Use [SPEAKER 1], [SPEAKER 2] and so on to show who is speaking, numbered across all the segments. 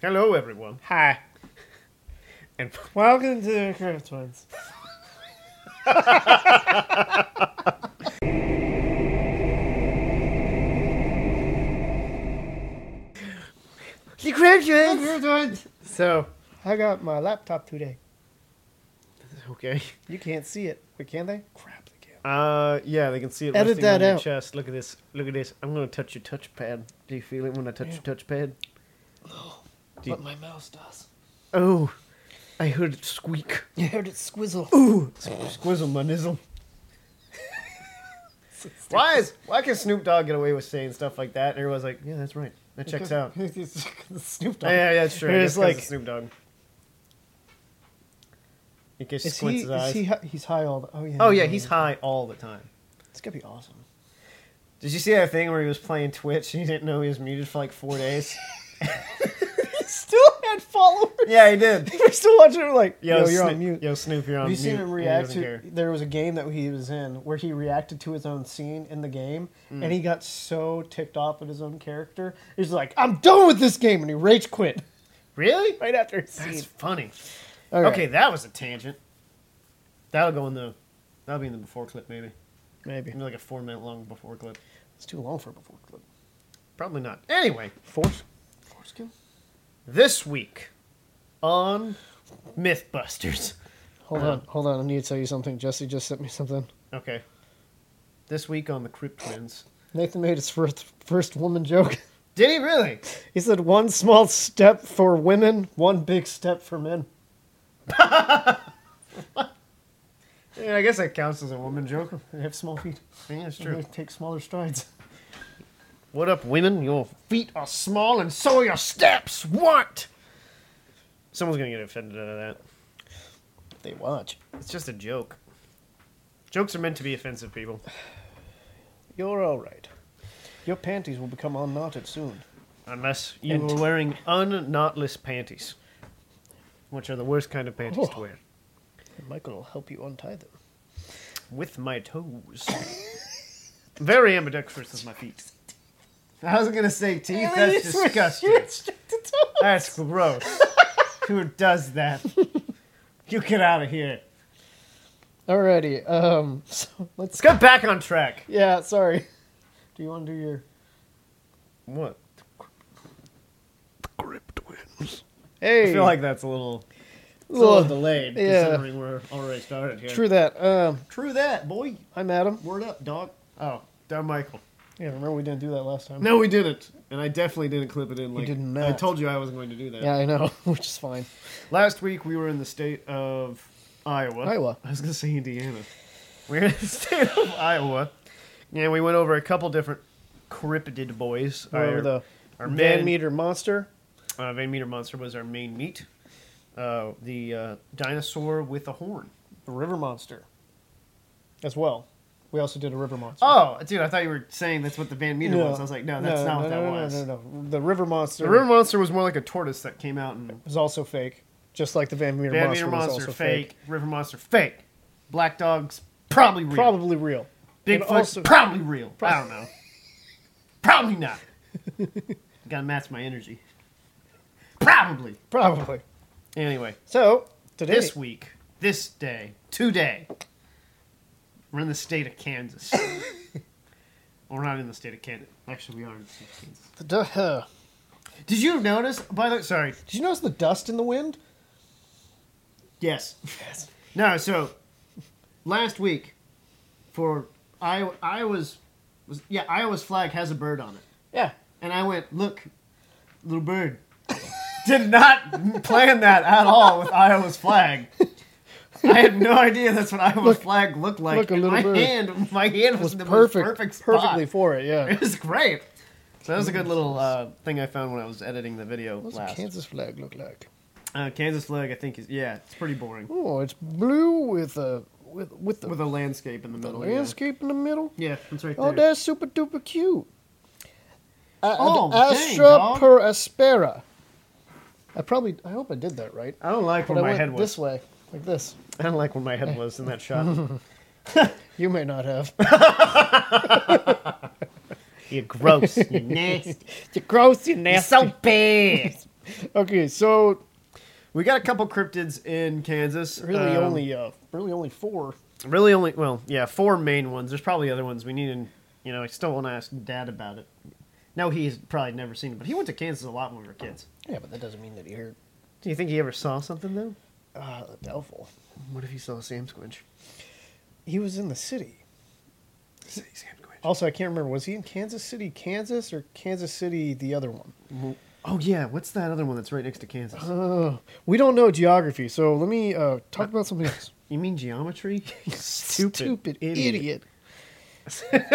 [SPEAKER 1] Hello, everyone,
[SPEAKER 2] Hi.
[SPEAKER 1] and
[SPEAKER 2] Welcome to the Curve Twins.
[SPEAKER 1] the graduates. So
[SPEAKER 2] I got my laptop today.
[SPEAKER 1] okay,
[SPEAKER 2] You can't see it, but can they? Crap, they can.
[SPEAKER 1] uh, yeah, they can see it.
[SPEAKER 2] Edit
[SPEAKER 1] resting
[SPEAKER 2] that
[SPEAKER 1] on your
[SPEAKER 2] out.
[SPEAKER 1] Chest. Look at this. Look at this. I'm gonna touch your touchpad. Do you feel it when I touch your touchpad? Do you-
[SPEAKER 2] my mouse does.
[SPEAKER 1] Oh, I heard it squeak.
[SPEAKER 2] You heard it squizzle.
[SPEAKER 1] Ooh, squizzle my nizzle. Why is why can Snoop Dogg get away with saying stuff like that? And everyone's like, yeah, that's right. That checks out. yeah,
[SPEAKER 2] Snoop Dogg.
[SPEAKER 1] yeah, that's true. I
[SPEAKER 2] It's
[SPEAKER 1] guess 'cause
[SPEAKER 2] like-
[SPEAKER 1] it's Snoop Dogg. In case he
[SPEAKER 2] Is
[SPEAKER 1] squints
[SPEAKER 2] he,
[SPEAKER 1] his eyes.
[SPEAKER 2] is he, hi- he's high all the, oh yeah.
[SPEAKER 1] oh yeah, he's high all the time.
[SPEAKER 2] It's gonna be awesome.
[SPEAKER 1] Did you see that thing where he was playing Twitch and he didn't know he was muted for like four days?
[SPEAKER 2] He still had followers.
[SPEAKER 1] yeah, he did.
[SPEAKER 2] We're still watching him like, yo, you're
[SPEAKER 1] Snoop-
[SPEAKER 2] on mute.
[SPEAKER 1] Yo, Snoop, you're on
[SPEAKER 2] Have you
[SPEAKER 1] mute.
[SPEAKER 2] seen him
[SPEAKER 1] He
[SPEAKER 2] react
[SPEAKER 1] doesn't
[SPEAKER 2] to?
[SPEAKER 1] care.
[SPEAKER 2] There was a game that he was in where he reacted to his own scene in the game, and he got so ticked off at his own character. He's like, "I'm done with this game," and he rage quit
[SPEAKER 1] Really?
[SPEAKER 2] right after his
[SPEAKER 1] That's
[SPEAKER 2] scene.
[SPEAKER 1] funny.
[SPEAKER 2] All right.
[SPEAKER 1] Okay, that was a tangent. That'll go in the. That'll be in the before clip, maybe.
[SPEAKER 2] maybe
[SPEAKER 1] Maybe like a four minute long before clip.
[SPEAKER 2] it's too long for a before clip.
[SPEAKER 1] Probably not. Anyway,
[SPEAKER 2] Force, foreskin.
[SPEAKER 1] this week on Mythbusters.
[SPEAKER 2] Hold on, hold on. I need to tell you something. Jesse just sent me something.
[SPEAKER 1] Okay. This week on the Crypt Twins.
[SPEAKER 2] Nathan made his first first woman joke.
[SPEAKER 1] Did he really?
[SPEAKER 2] He said, "One small step for women, one big step for men."
[SPEAKER 1] Yeah, I guess that counts as a woman joke.
[SPEAKER 2] They have small feet.
[SPEAKER 1] Yeah, it's
[SPEAKER 2] They
[SPEAKER 1] true.
[SPEAKER 2] take smaller strides.
[SPEAKER 1] What up, women? Your feet are small and so are your steps. What? Someone's gonna get offended out of that.
[SPEAKER 2] They watch.
[SPEAKER 1] It's just a joke. Jokes are meant to be offensive, people.
[SPEAKER 2] You're all right. Your panties will become unknotted soon.
[SPEAKER 1] Unless you
[SPEAKER 2] And-
[SPEAKER 1] were wearing unknotless panties, which are the worst kind of panties to
[SPEAKER 2] Oh.
[SPEAKER 1] wear.
[SPEAKER 2] And Michael will help you untie them.
[SPEAKER 1] With my toes. Very ambidextrous with my feet. I was gonna say teeth. That's disgusting. That's gross. Who does that? You get out of here.
[SPEAKER 2] Alrighty. Um. So let's.
[SPEAKER 1] Let's get back on track.
[SPEAKER 2] Yeah. Sorry. Do you want to do your?
[SPEAKER 1] What?
[SPEAKER 2] Hey.
[SPEAKER 1] I feel like that's a little, it's a little
[SPEAKER 2] Ugh,
[SPEAKER 1] delayed
[SPEAKER 2] yeah.
[SPEAKER 1] considering we're already started here.
[SPEAKER 2] True that. Um.
[SPEAKER 1] True that, boy.
[SPEAKER 2] I'm Adam.
[SPEAKER 1] Word up, dog. Oh, Don Michael.
[SPEAKER 2] Yeah. Remember we didn't do that last time.
[SPEAKER 1] No, we didn't, and I definitely didn't clip it in. Like
[SPEAKER 2] did
[SPEAKER 1] I
[SPEAKER 2] not.
[SPEAKER 1] told you, I wasn't going to do that.
[SPEAKER 2] Yeah, I know. Which is fine.
[SPEAKER 1] Last week we were in the state of Iowa.
[SPEAKER 2] Iowa.
[SPEAKER 1] I was going to say Indiana. We're in the state of Iowa, and we went over a couple different cryptid boys.
[SPEAKER 2] Remember the
[SPEAKER 1] our
[SPEAKER 2] man
[SPEAKER 1] man
[SPEAKER 2] meter monster?
[SPEAKER 1] Uh, Van Meter Monster was our main meat. Uh, the uh, dinosaur with a horn.
[SPEAKER 2] The river monster. As well. We also did a river monster.
[SPEAKER 1] Oh, dude, I thought you were saying that's what the Van Meter
[SPEAKER 2] No.
[SPEAKER 1] was. I was like, no, that's not what
[SPEAKER 2] no,
[SPEAKER 1] that
[SPEAKER 2] no, no,
[SPEAKER 1] was.
[SPEAKER 2] No, no, no. The river monster.
[SPEAKER 1] The river monster was more like a tortoise that came out and
[SPEAKER 2] was also fake, just like the Van Meter
[SPEAKER 1] Van
[SPEAKER 2] monster,
[SPEAKER 1] Meter
[SPEAKER 2] was
[SPEAKER 1] monster
[SPEAKER 2] also
[SPEAKER 1] fake,
[SPEAKER 2] fake.
[SPEAKER 1] river monster fake, black dogs probably real,
[SPEAKER 2] Probably real.
[SPEAKER 1] big
[SPEAKER 2] and
[SPEAKER 1] Bigfoot
[SPEAKER 2] also-
[SPEAKER 1] probably real. I don't know, probably not. Gotta match my energy. Probably.
[SPEAKER 2] Probably.
[SPEAKER 1] Anyway,
[SPEAKER 2] So today,
[SPEAKER 1] this week, this day, today, we're in the state of Kansas. we're not in the state of Kansas. Actually, we are in the state of Kansas.
[SPEAKER 2] the du- huh.
[SPEAKER 1] Did you notice? By the sorry,
[SPEAKER 2] did you notice the dust in the wind?
[SPEAKER 1] Yes. Yes. No, so last week for Iowa, Iowa's was yeah, Iowa's flag has a bird on it.
[SPEAKER 2] Yeah,
[SPEAKER 1] And I went, "Look, little bird." Did not plan that at all with Iowa's flag. I had no idea that's what Iowa's flag looked like.
[SPEAKER 2] look, a
[SPEAKER 1] and
[SPEAKER 2] little
[SPEAKER 1] my
[SPEAKER 2] bird.
[SPEAKER 1] hand, my hand was,
[SPEAKER 2] it was
[SPEAKER 1] in the
[SPEAKER 2] perfect,
[SPEAKER 1] most perfect spot.
[SPEAKER 2] perfectly for it. Yeah,
[SPEAKER 1] It was great. So that was a good little uh, thing I found when I was editing the video
[SPEAKER 2] what's the
[SPEAKER 1] last.
[SPEAKER 2] Kansas flag look like?
[SPEAKER 1] uh, Kansas flag, I think is yeah, it's pretty boring
[SPEAKER 2] Oh, it's blue with a with with the,
[SPEAKER 1] with a landscape in the middle. yeah.
[SPEAKER 2] landscape in the middle.
[SPEAKER 1] Yeah, that's right
[SPEAKER 2] Oh,
[SPEAKER 1] there.
[SPEAKER 2] that's super duper cute. A- and
[SPEAKER 1] Oh, dang,
[SPEAKER 2] Astra
[SPEAKER 1] dog.
[SPEAKER 2] per aspera. I probably, I hope I did that right.
[SPEAKER 1] I don't like
[SPEAKER 2] But
[SPEAKER 1] where
[SPEAKER 2] I
[SPEAKER 1] my
[SPEAKER 2] went
[SPEAKER 1] head was.
[SPEAKER 2] this way, like this.
[SPEAKER 1] I don't like where my head was in that shot.
[SPEAKER 2] You may not have.
[SPEAKER 1] You're gross. You're nasty.
[SPEAKER 2] You're gross, you
[SPEAKER 1] You're so bad.
[SPEAKER 2] Okay, so
[SPEAKER 1] We got a couple cryptids in Kansas.
[SPEAKER 2] really
[SPEAKER 1] Um,
[SPEAKER 2] only uh, really only four.
[SPEAKER 1] really only well, yeah, four main ones. There's probably other ones we need, and you know, I still want to ask Dad about it. Now he's probably never seen it, but he went to Kansas a lot when we were kids.
[SPEAKER 2] Yeah, but that doesn't mean that you're
[SPEAKER 1] Do you think he ever saw something though?
[SPEAKER 2] uh, doubtful.
[SPEAKER 1] What if he saw a Sam Squinch?
[SPEAKER 2] He was in the city.
[SPEAKER 1] Sam Squinch.
[SPEAKER 2] Also, I can't remember. Was he in Kansas City, Kansas, or Kansas City, the other one?
[SPEAKER 1] Oh yeah, what's that other one that's right next to Kansas?
[SPEAKER 2] Oh, we don't know geography, so let me uh, talk about something else.
[SPEAKER 1] You mean geometry? You stupid,
[SPEAKER 2] idiot.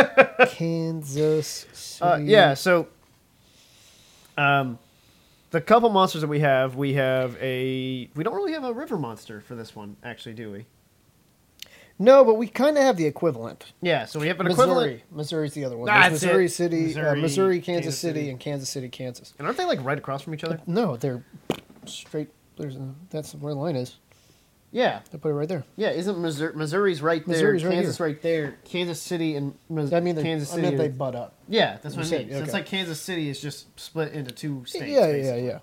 [SPEAKER 2] Kansas City.
[SPEAKER 1] Uh, yeah, so um, the couple monsters that we have, we have a we don't really have a river monster for this one, actually, do we?
[SPEAKER 2] No, but we kind of have the equivalent.
[SPEAKER 1] Yeah, so we have an
[SPEAKER 2] Missouri.
[SPEAKER 1] equivalent.
[SPEAKER 2] Missouri's the other one.
[SPEAKER 1] Ah,
[SPEAKER 2] There's
[SPEAKER 1] that's
[SPEAKER 2] Missouri
[SPEAKER 1] it.
[SPEAKER 2] City, Missouri,
[SPEAKER 1] Missouri,
[SPEAKER 2] uh, Missouri Kansas,
[SPEAKER 1] Kansas
[SPEAKER 2] City,
[SPEAKER 1] City.
[SPEAKER 2] and Kansas City, Kansas.
[SPEAKER 1] And aren't they like right across from each other?
[SPEAKER 2] No, they're straight. There's a, that's where the line is.
[SPEAKER 1] Yeah,
[SPEAKER 2] They put it right there.
[SPEAKER 1] yeah. Isn't Missouri, Missouri's right there?
[SPEAKER 2] Missouri's right
[SPEAKER 1] Kansas right there. Kansas City and Mis-
[SPEAKER 2] I mean, they're-
[SPEAKER 1] Kansas
[SPEAKER 2] I
[SPEAKER 1] City.
[SPEAKER 2] meant
[SPEAKER 1] are-
[SPEAKER 2] they butt up.
[SPEAKER 1] yeah, that's what I
[SPEAKER 2] Said,
[SPEAKER 1] mean. So
[SPEAKER 2] okay.
[SPEAKER 1] it's like Kansas City is just split into two states.
[SPEAKER 2] yeah, yeah,
[SPEAKER 1] basically.
[SPEAKER 2] yeah,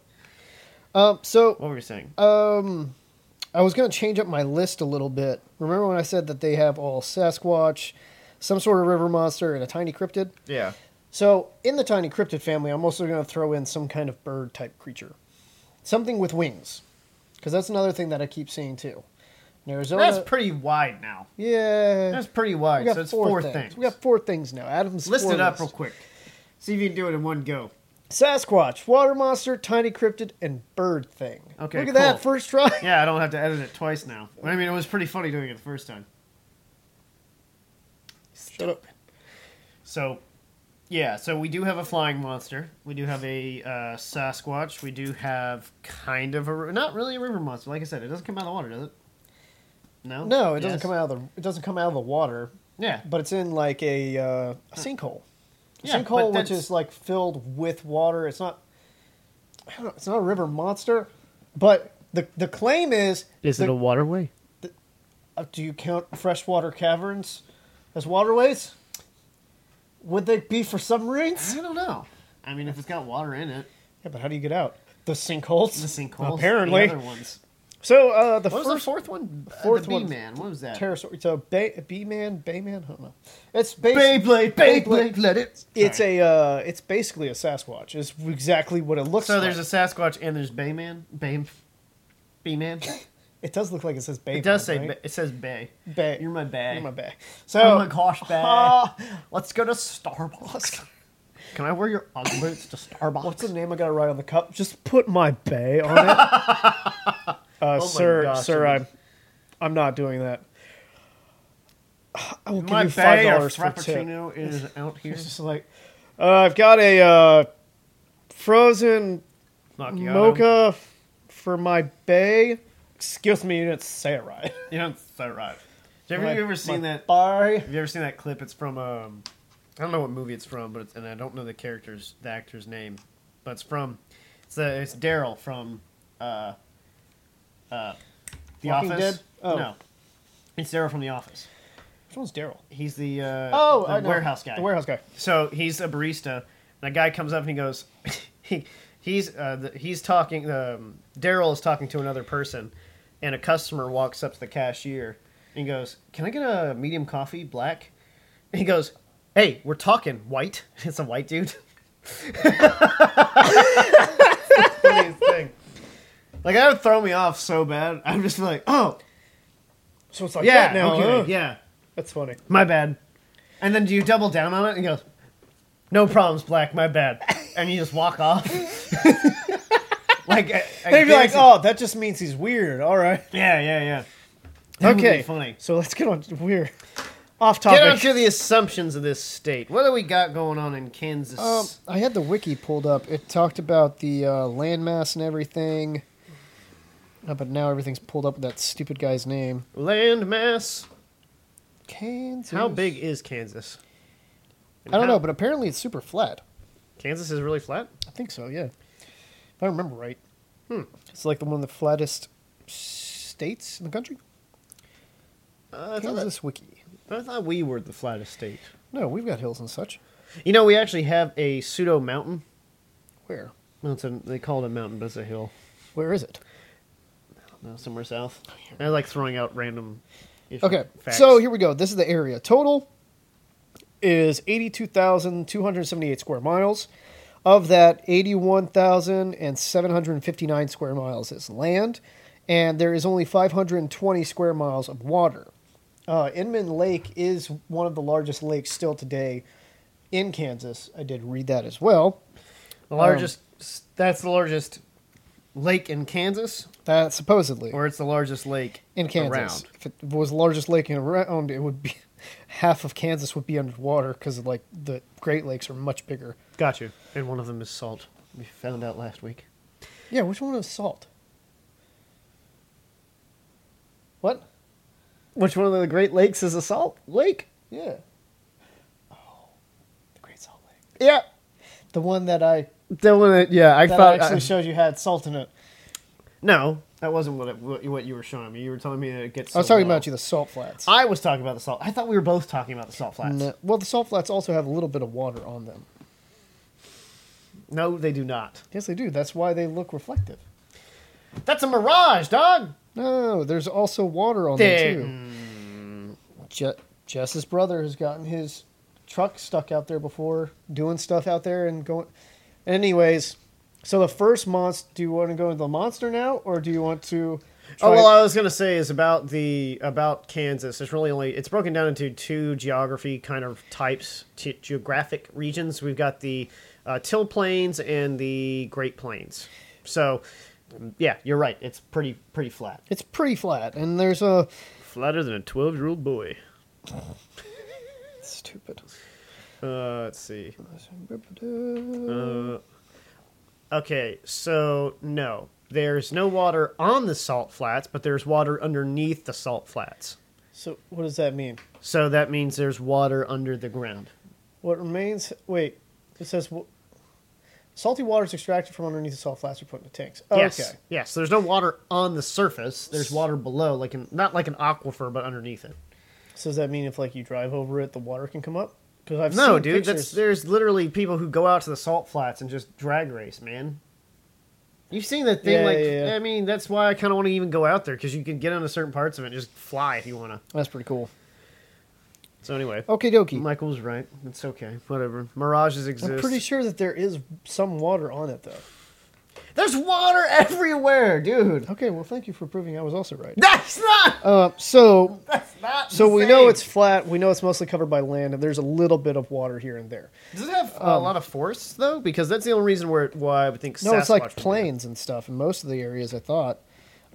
[SPEAKER 2] Um, so
[SPEAKER 1] What were you saying?
[SPEAKER 2] um, I was going to change up my list a little bit. Remember when I said that they have all Sasquatch, some sort of river monster, and a tiny cryptid?
[SPEAKER 1] yeah.
[SPEAKER 2] So in the tiny cryptid family, I'm also going to throw in some kind of bird type creature, something with wings, because that's another thing that I keep seeing too. In Arizona,
[SPEAKER 1] That's pretty wide now.
[SPEAKER 2] yeah,
[SPEAKER 1] That's pretty wide.
[SPEAKER 2] we got
[SPEAKER 1] so it's
[SPEAKER 2] four,
[SPEAKER 1] four,
[SPEAKER 2] things. We got four things now. Adam's
[SPEAKER 1] List
[SPEAKER 2] four
[SPEAKER 1] it up
[SPEAKER 2] list.
[SPEAKER 1] real quick. See if you can do it in one go.
[SPEAKER 2] Sasquatch, water monster, tiny cryptid, and bird thing.
[SPEAKER 1] Okay,
[SPEAKER 2] look
[SPEAKER 1] cool.
[SPEAKER 2] at that first try.
[SPEAKER 1] Yeah, I don't have to edit it twice now. I mean, it was pretty funny doing it the first time.
[SPEAKER 2] Shut up.
[SPEAKER 1] So, yeah, so we do have a flying monster. We do have a uh, Sasquatch. We do have kind of a not really a river monster. Like I said, it doesn't come out of the water, does it? No.
[SPEAKER 2] No, it doesn't come out of the it doesn't come out of the water,
[SPEAKER 1] Yeah.
[SPEAKER 2] but it's in like a, uh, a sinkhole. A
[SPEAKER 1] Yeah, but
[SPEAKER 2] sinkhole which
[SPEAKER 1] that's-
[SPEAKER 2] is like filled with water. It's not I don't know, it's not a river monster, but the the claim is the,
[SPEAKER 1] waterway?
[SPEAKER 2] uh, do you count freshwater caverns as waterways? Would they be for submarines?
[SPEAKER 1] I don't know. I mean, if it's got water in it,
[SPEAKER 2] Yeah, but how do you get out?
[SPEAKER 1] the
[SPEAKER 2] The sinkholes?
[SPEAKER 1] sinkholes,
[SPEAKER 2] Apparently.
[SPEAKER 1] the other ones.
[SPEAKER 2] So uh, the
[SPEAKER 1] What was the
[SPEAKER 2] first
[SPEAKER 1] fourth one? Uh,
[SPEAKER 2] fourth
[SPEAKER 1] the bee
[SPEAKER 2] one-
[SPEAKER 1] man. What was that?
[SPEAKER 2] pterosaur. So Bay B man, Bay man. I don't know. It's bas-
[SPEAKER 1] Beyblade,
[SPEAKER 2] Beyblade,
[SPEAKER 1] let it.
[SPEAKER 2] It's a. Uh, it's basically a Sasquatch. It's exactly what it looks.
[SPEAKER 1] So
[SPEAKER 2] like.
[SPEAKER 1] there's a Sasquatch and there's Bayman. Bay, Bayman.
[SPEAKER 2] It does look like it says Bay.
[SPEAKER 1] It does say
[SPEAKER 2] right?
[SPEAKER 1] ba- it says Bay.
[SPEAKER 2] Bay.
[SPEAKER 1] You're my Bay.
[SPEAKER 2] You're my Bay. So
[SPEAKER 1] Oh my gosh, Bay.
[SPEAKER 2] Ah.
[SPEAKER 1] Let's go to Starbucks. Can I wear your Ugg boots to Starbucks?
[SPEAKER 2] What's the name I got to write on the cup? Just put my Bay on it. uh, sir,
[SPEAKER 1] Oh gosh,
[SPEAKER 2] sir,
[SPEAKER 1] it
[SPEAKER 2] I'm, I'm not doing that. I will give
[SPEAKER 1] My
[SPEAKER 2] you five
[SPEAKER 1] Bay or
[SPEAKER 2] dollars for tip.
[SPEAKER 1] Frappuccino is out here.
[SPEAKER 2] It's just like, uh, I've got a uh, frozen
[SPEAKER 1] Macchiato.
[SPEAKER 2] mocha for my bay. Excuse me, you didn't say it right.
[SPEAKER 1] You know, it's so right. Have you ever,
[SPEAKER 2] My-
[SPEAKER 1] you ever seen
[SPEAKER 2] my
[SPEAKER 1] that?
[SPEAKER 2] Bar.
[SPEAKER 1] Have you ever seen that clip? It's from um, I don't know what movie it's from, but it's, and I don't know the character's the actor's name, but it's from it's uh, it's Daryl from uh, uh, The
[SPEAKER 2] Walking
[SPEAKER 1] Office.
[SPEAKER 2] Dead? Oh.
[SPEAKER 1] No, it's Daryl from The Office.
[SPEAKER 2] Which one's Daryl?
[SPEAKER 1] He's the uh,
[SPEAKER 2] Oh,
[SPEAKER 1] the
[SPEAKER 2] I know.
[SPEAKER 1] warehouse guy.
[SPEAKER 2] The warehouse guy.
[SPEAKER 1] So he's a barista, and a guy comes up and he goes, he, he's uh, the, he's talking. Um, Daryl is talking to another person, and a customer walks up to the cashier and he goes, "Can I get a medium coffee, black?" And he goes, "Hey, we're talking white." It's a white dude. That's the funniest thing. Like that would throw me off so bad. I'm just like, oh
[SPEAKER 2] So it's like
[SPEAKER 1] yeah,
[SPEAKER 2] that now.
[SPEAKER 1] okay,
[SPEAKER 2] huh?
[SPEAKER 1] yeah.
[SPEAKER 2] That's funny.
[SPEAKER 1] My bad. And then do you double down on it and go, no problems, Black, my bad. And you just walk off. like, I, I
[SPEAKER 2] They'd be like,
[SPEAKER 1] guarantee-
[SPEAKER 2] oh, that just means he's weird. All right.
[SPEAKER 1] Yeah, yeah, yeah. That would be
[SPEAKER 2] Okay.
[SPEAKER 1] funny.
[SPEAKER 2] So let's get on. We're off
[SPEAKER 1] Get on
[SPEAKER 2] topic.
[SPEAKER 1] to the assumptions of this state. What do we got going on in Kansas?
[SPEAKER 2] Um, I had the wiki pulled up. It talked about the uh, landmass and everything. Uh, but now everything's pulled up with that stupid guy's name.
[SPEAKER 1] Land mass.
[SPEAKER 2] Kansas.
[SPEAKER 1] How big is Kansas?
[SPEAKER 2] I
[SPEAKER 1] And
[SPEAKER 2] don't
[SPEAKER 1] how-
[SPEAKER 2] know, but apparently it's super flat.
[SPEAKER 1] Kansas is really flat?
[SPEAKER 2] I think so, yeah. If I remember right.
[SPEAKER 1] Hmm.
[SPEAKER 2] It's like the one of the flattest states in the country.
[SPEAKER 1] Uh, I, thought that-
[SPEAKER 2] Kansas Wiki.
[SPEAKER 1] I thought we were the flattest state.
[SPEAKER 2] No, we've got hills and such.
[SPEAKER 1] You know, we actually have a pseudo mountain
[SPEAKER 2] Where?
[SPEAKER 1] No, it's a, they call it a mountain, but it's a hill.
[SPEAKER 2] Where is it?
[SPEAKER 1] No, somewhere south. I like throwing out random. ish-
[SPEAKER 2] Okay,
[SPEAKER 1] facts.
[SPEAKER 2] so here we go. This is the area. Total is 82,278 square miles. Of that, 81,759 square miles is land, and there is only 520 square miles of water. Uh, Inman Lake is one of the largest lakes still today in Kansas. I did read that as well.
[SPEAKER 1] the largest. that's the largest lake in Kansas,
[SPEAKER 2] That supposedly
[SPEAKER 1] or it's the largest lake
[SPEAKER 2] in Kansas,
[SPEAKER 1] Around.
[SPEAKER 2] if it was the largest lake in around, it would be half of Kansas would be underwater because like the Great Lakes are much bigger.
[SPEAKER 1] Got you. And one of them is salt. We found out last week.
[SPEAKER 2] Yeah, which one was salt? What?
[SPEAKER 1] Which one of the Great Lakes is a salt Oh, lake?
[SPEAKER 2] Yeah. The Great Salt Lake.
[SPEAKER 1] Yeah.
[SPEAKER 2] The one that I
[SPEAKER 1] That one. that- Yeah, I
[SPEAKER 2] that I uh,
[SPEAKER 1] thought. uh,
[SPEAKER 2] actually
[SPEAKER 1] I-
[SPEAKER 2] showed you had salt in it.
[SPEAKER 1] no, that wasn't what, it, what what you were showing me. You were telling me that it gets.
[SPEAKER 2] I was
[SPEAKER 1] so
[SPEAKER 2] talking
[SPEAKER 1] low.
[SPEAKER 2] about you the salt flats.
[SPEAKER 1] I was talking about the salt. I thought we were both talking about the salt flats.
[SPEAKER 2] No- well, the salt flats also have a little bit of water on them.
[SPEAKER 1] No, they do not.
[SPEAKER 2] Yes, they do. That's why they look reflective.
[SPEAKER 1] That's a mirage, dog.
[SPEAKER 2] No, there's also water on
[SPEAKER 1] There-
[SPEAKER 2] there too. Je- Jess's brother has gotten his truck stuck out there before, doing stuff out there and going. Anyways, so the first monster. Do you want to go into the monster now, or do you want to?
[SPEAKER 1] Oh
[SPEAKER 2] try-
[SPEAKER 1] well, I was gonna say is about the about Kansas. It's really only it's broken down into two geography kind of types, t- geographic regions. We've got the uh, Till Plains and the Great Plains. So, yeah, you're right. It's pretty pretty flat,
[SPEAKER 2] it's pretty flat, and there's a
[SPEAKER 1] flatter than a twelve year old boy.
[SPEAKER 2] stupid.
[SPEAKER 1] Uh, let's see. Uh, okay, so no, there's no water on the salt flats, but there's water underneath the salt flats.
[SPEAKER 2] So what does that mean?
[SPEAKER 1] So that means there's water under the ground.
[SPEAKER 2] What remains? Wait, it says w- salty water is extracted from underneath the salt flats or put into tanks. Oh,
[SPEAKER 1] Yes.
[SPEAKER 2] Okay.
[SPEAKER 1] Yes. There's no water on the surface. There's water below, like an, not like an aquifer, but underneath it.
[SPEAKER 2] So does that mean if like you drive over it, the water can come up? Because I've
[SPEAKER 1] No,
[SPEAKER 2] seen
[SPEAKER 1] dude. That's
[SPEAKER 2] pictures-
[SPEAKER 1] there's literally people who go out to the salt flats and just drag race, man. You've seen that thing,
[SPEAKER 2] Yeah,
[SPEAKER 1] like eh.
[SPEAKER 2] yeah, yeah.
[SPEAKER 1] I mean, that's why I kind of want to even go out there because you can get onto certain parts of it and just fly if you want to.
[SPEAKER 2] that's pretty cool.
[SPEAKER 1] So anyway,
[SPEAKER 2] Okay, dokie.
[SPEAKER 1] Michael's right. It's okay. Whatever. Mirages exist.
[SPEAKER 2] Oh, I'm pretty sure that there is some water on it though.
[SPEAKER 1] There's water everywhere, dude.
[SPEAKER 2] Okay, well, thank you for proving I was also right.
[SPEAKER 1] That's not.
[SPEAKER 2] Uh, so,
[SPEAKER 1] That's not.
[SPEAKER 2] so
[SPEAKER 1] the
[SPEAKER 2] we know
[SPEAKER 1] same.
[SPEAKER 2] it's flat. We know it's mostly covered by land, and there's a little bit of water here and there.
[SPEAKER 1] Does it have a lot of force though? Because that's the only reason where why I would think.
[SPEAKER 2] um No, it's like
[SPEAKER 1] Sasquatch would be
[SPEAKER 2] plains and stuff in most of the areas. I thought.